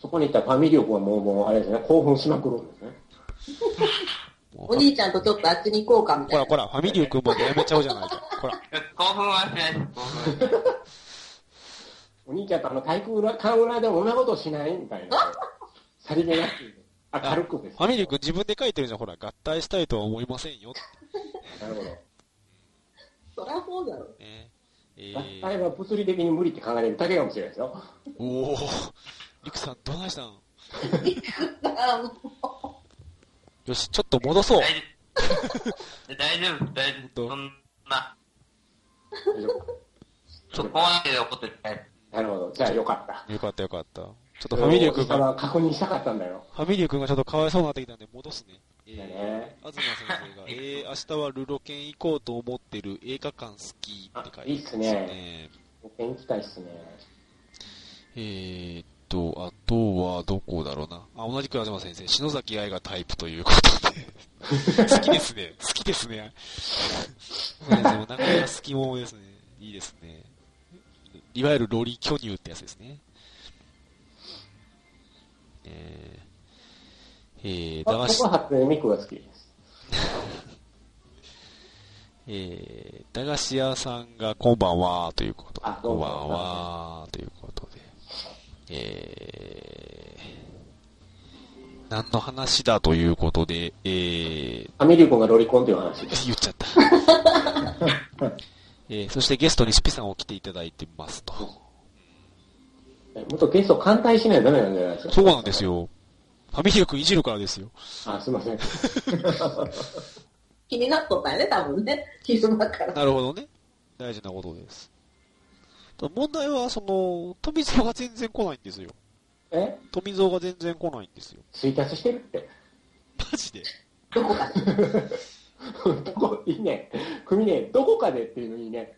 S5: そこに行ったらファミリー君はもう、もう、あれですね、興奮しまくるんですね。
S1: も
S3: お
S1: う
S3: 兄ちゃんとちょっとあっちに行こうかみ
S1: ほ
S3: たい
S1: ら
S3: な。
S1: ほら、ファミリュー君までやめちゃうじゃないか。ほら。
S2: 興奮はしないです、興奮はしない。
S5: お兄ちゃんとあの、体育裏、カ裏でもんなことしないみた いな。さりげなく、明るくです、
S1: ファミリュー君自分で書いてるじゃん、ほら。合体したいとは思いませんよ。
S5: なるほど。
S3: そりゃそうだろ。
S1: ね、え
S5: 脱
S1: ー、
S5: 退は物理的に無理って考えれるだけかもしれないですよ。
S1: おおゆくさん、どないしたん
S3: あも
S1: よし、ちょっと戻そう。
S2: 大丈夫、大丈
S1: どう
S2: 夫、そんな、
S5: ち
S2: そ
S5: ょっ
S2: こまで怒ってない。
S5: となるほど。じゃあよかった。
S1: よかったよかった。ちょっとファミリュー君
S5: 俺
S1: が、
S5: は確認したかったんだよ。
S1: ファミリュー君がちょっとかわいそうになってきたんで戻すね。え
S5: だ
S1: ー、
S5: ね。
S1: 東先生が、えー、明日はルロケン行こうと思ってる映画館好きって書いてあります
S5: あいいっす
S1: ね。
S5: 行きたいっすね。
S1: えーっと、あとはどこだろうな。あ、同じく東先生、篠崎愛がタイプということ で。好きですね。好きですね。そうですねなかなか好きもですね。いいですね。いわゆるロリ巨乳ってやつですね。えー、えー、
S5: あ
S1: 駄菓子
S5: 僕は初音ミクが好きです。
S1: えー、駄菓子屋さんがこんばんはということで
S5: あ、
S1: こ
S5: ど
S1: ん
S5: う
S1: ば
S5: も
S1: んはということで、えー、何の話だということで、えー、
S5: ファミリー君がロリコンという話 です。
S1: 言っちゃった。 えー、そしてゲストにシピさんを来ていただいてますと。
S5: えもっとゲスト歓待しないとダメなんじゃないですか。
S1: そうなんですよ。ファミリー君いじるからですよ。
S5: あ、すいません。
S3: 気になっとったよね、多分ね。昼間から。
S1: なるほどね。大事なことです。ただ問題は、その、富蔵が全然来ないんですよ。
S5: え
S1: 富蔵が全然来ないんですよ。
S5: ツイキャスしてるって。
S1: マジで。
S3: どこかしら。
S5: どこ、いいね。組ね、どこかでっていうのいいね。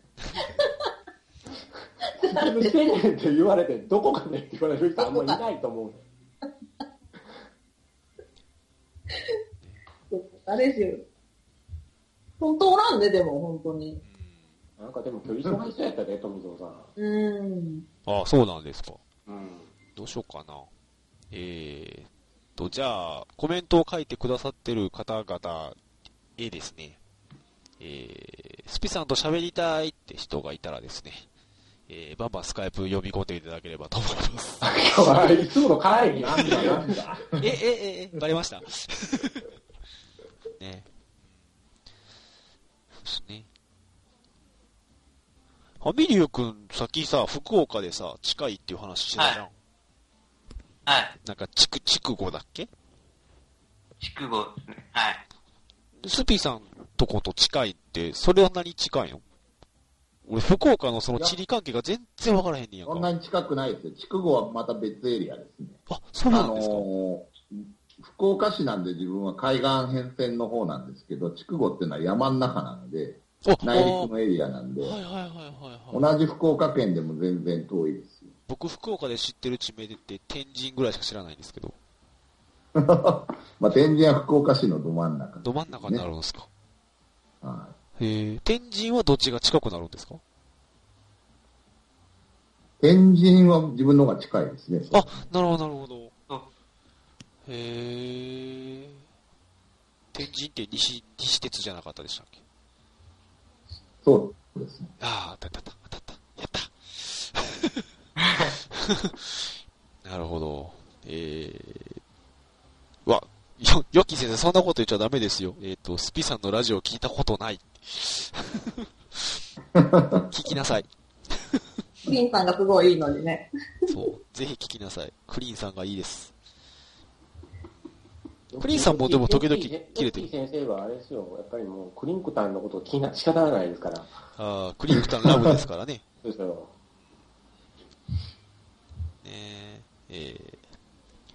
S5: せ てねんって言われて、どこかでって言われる人あんまりいないと思う。
S3: あれですよ。本当おらんね、でも、本当に。
S5: なんかでも今日忙しそうやったで、富蔵さん。
S3: うん。
S1: ああ、そうなんですか。
S5: うん。
S1: どうしようかな。えーっと、じゃあ、コメントを書いてくださってる方々へですね、えー、スピさんと喋りたいって人がいたらですね、えー、バンバンスカイプ読み込んでいただければと思います。
S5: 今日はいつもの会議
S4: なんだなんだ。
S1: え、え、え、え、バレました ね。そうですね。ファミリューくん、さっきさ、福岡でさ、近いっていう話してたじゃん。
S2: はい。
S1: なんか、ちく、ちくごだっけ
S2: 筑後ですね。はい。
S1: スピーさんとこと近いって、それは何近いの俺、福岡のその地理関係が全然わからへんねんやん
S4: そ
S1: か。
S4: んなに近くないですよ。筑後はまた別エリアですね。
S1: あ、そう
S4: あ
S1: なんですか。
S4: のー福岡市なんで自分は海岸変遷の方なんですけど、筑後っていうのは山の中なので、
S1: あ
S4: 内陸のエリアなんで
S1: あー、はいはいはいはい、はい。
S4: 同じ福岡県でも全然遠いです よ。
S1: 僕、福岡で知ってる地名でって、天神ぐらいしか知らないんですけど、
S4: まあ、天神は福岡市のど真ん中、
S1: ど真ん中になるんですか。
S4: は
S1: へえ。天神はどっちが近くなるんですか
S4: い。天神は自分の方が近いですね。
S1: あ、なるほどなるほど。
S2: そう
S1: へえ。天神って西、西鉄じゃなかったでしたっけ
S4: そうですね。
S1: ああ、当たった、当たった、やった。 なるほど。えー、うわ、よ、よっきー先生、そんなこと言っちゃダメですよ。えっ、と、スピさんのラジオ聞いたこと ない。聞きなさい。
S3: クリンさんがすごいいいのにね。
S1: そう。ぜひ聞きなさい。クリーンさんがいいです。クリンさんもでも時々切れてる
S5: る。先生はあれですよ、やっぱりもうクリンクタンのことを気になって仕方がないですから。
S1: あークリンクタンラブですからね。
S5: そうですよ。
S1: ねええ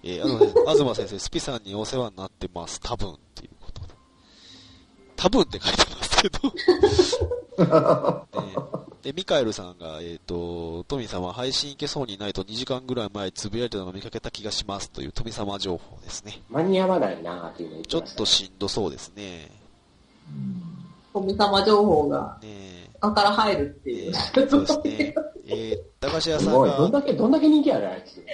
S1: ー、えー、あのね、東先生、スピさんにお世話になってます、多分っていうことで。多分って書いてますけど。ねえで、ミカエルさんが、えっ、と、トミさんは配信いけそうにないと2時間ぐらい前つぶやいてたのを見かけた気がしますというトミ様情報ですね。
S5: 間に合わないなっていうのを言
S1: ちょ
S5: てま
S1: っ
S5: した
S1: としんどそうですね。
S3: 富様情報が、
S1: ねえ
S3: あから入るって
S1: え
S3: いう。
S1: ーそうですね。えー、駄菓子屋さん
S4: すごい
S5: どん
S1: が、
S5: だけ、どんだけ人気あるあい つ。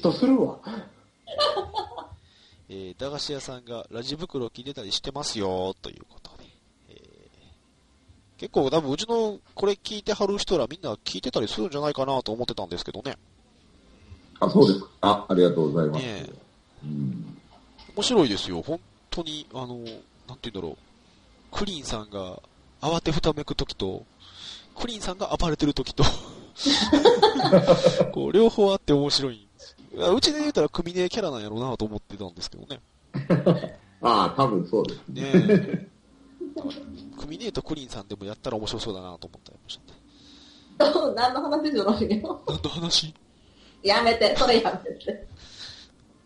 S5: 嫉妬するわ。
S1: えー、駄菓子屋さんがラジ袋切れたりしてますよ、ということで。えー結構多分うちのこれ聞いてはる人らみんな聞いてたりするんじゃないかなと思ってたんですけどね。
S4: あ、そうですか。あ、ありがとうございます。
S1: ねえ
S4: うん、
S1: 面白いですよ。本当に、あの、なんて言うんだろう。クリーンさんが慌てふためくときと、クリーンさんが暴れてると きと、こう、両方あって面白い。あうちで言うたら組ねキャラなんやろうなと思ってたんですけどね。
S4: ああ、多分そうです。
S1: ねえ。クミネーとクリーンさんでもやったら面白そうだなと思ったりもして。
S3: 何の話じゃないよ。
S1: 何の話
S3: やめて、それやめて。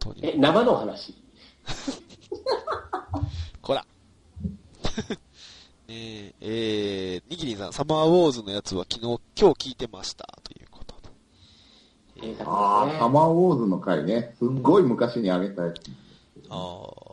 S1: 本当
S5: え、
S1: に。
S5: 生の話。
S1: こ ら。ねえ、えー、ニキリンさん、サマーウォーズのやつは昨日、今日聞いてました。ということで。
S5: えー
S4: ああ、サマーウォーズの回ね。すっごい昔にあげたやつ。
S1: ああ。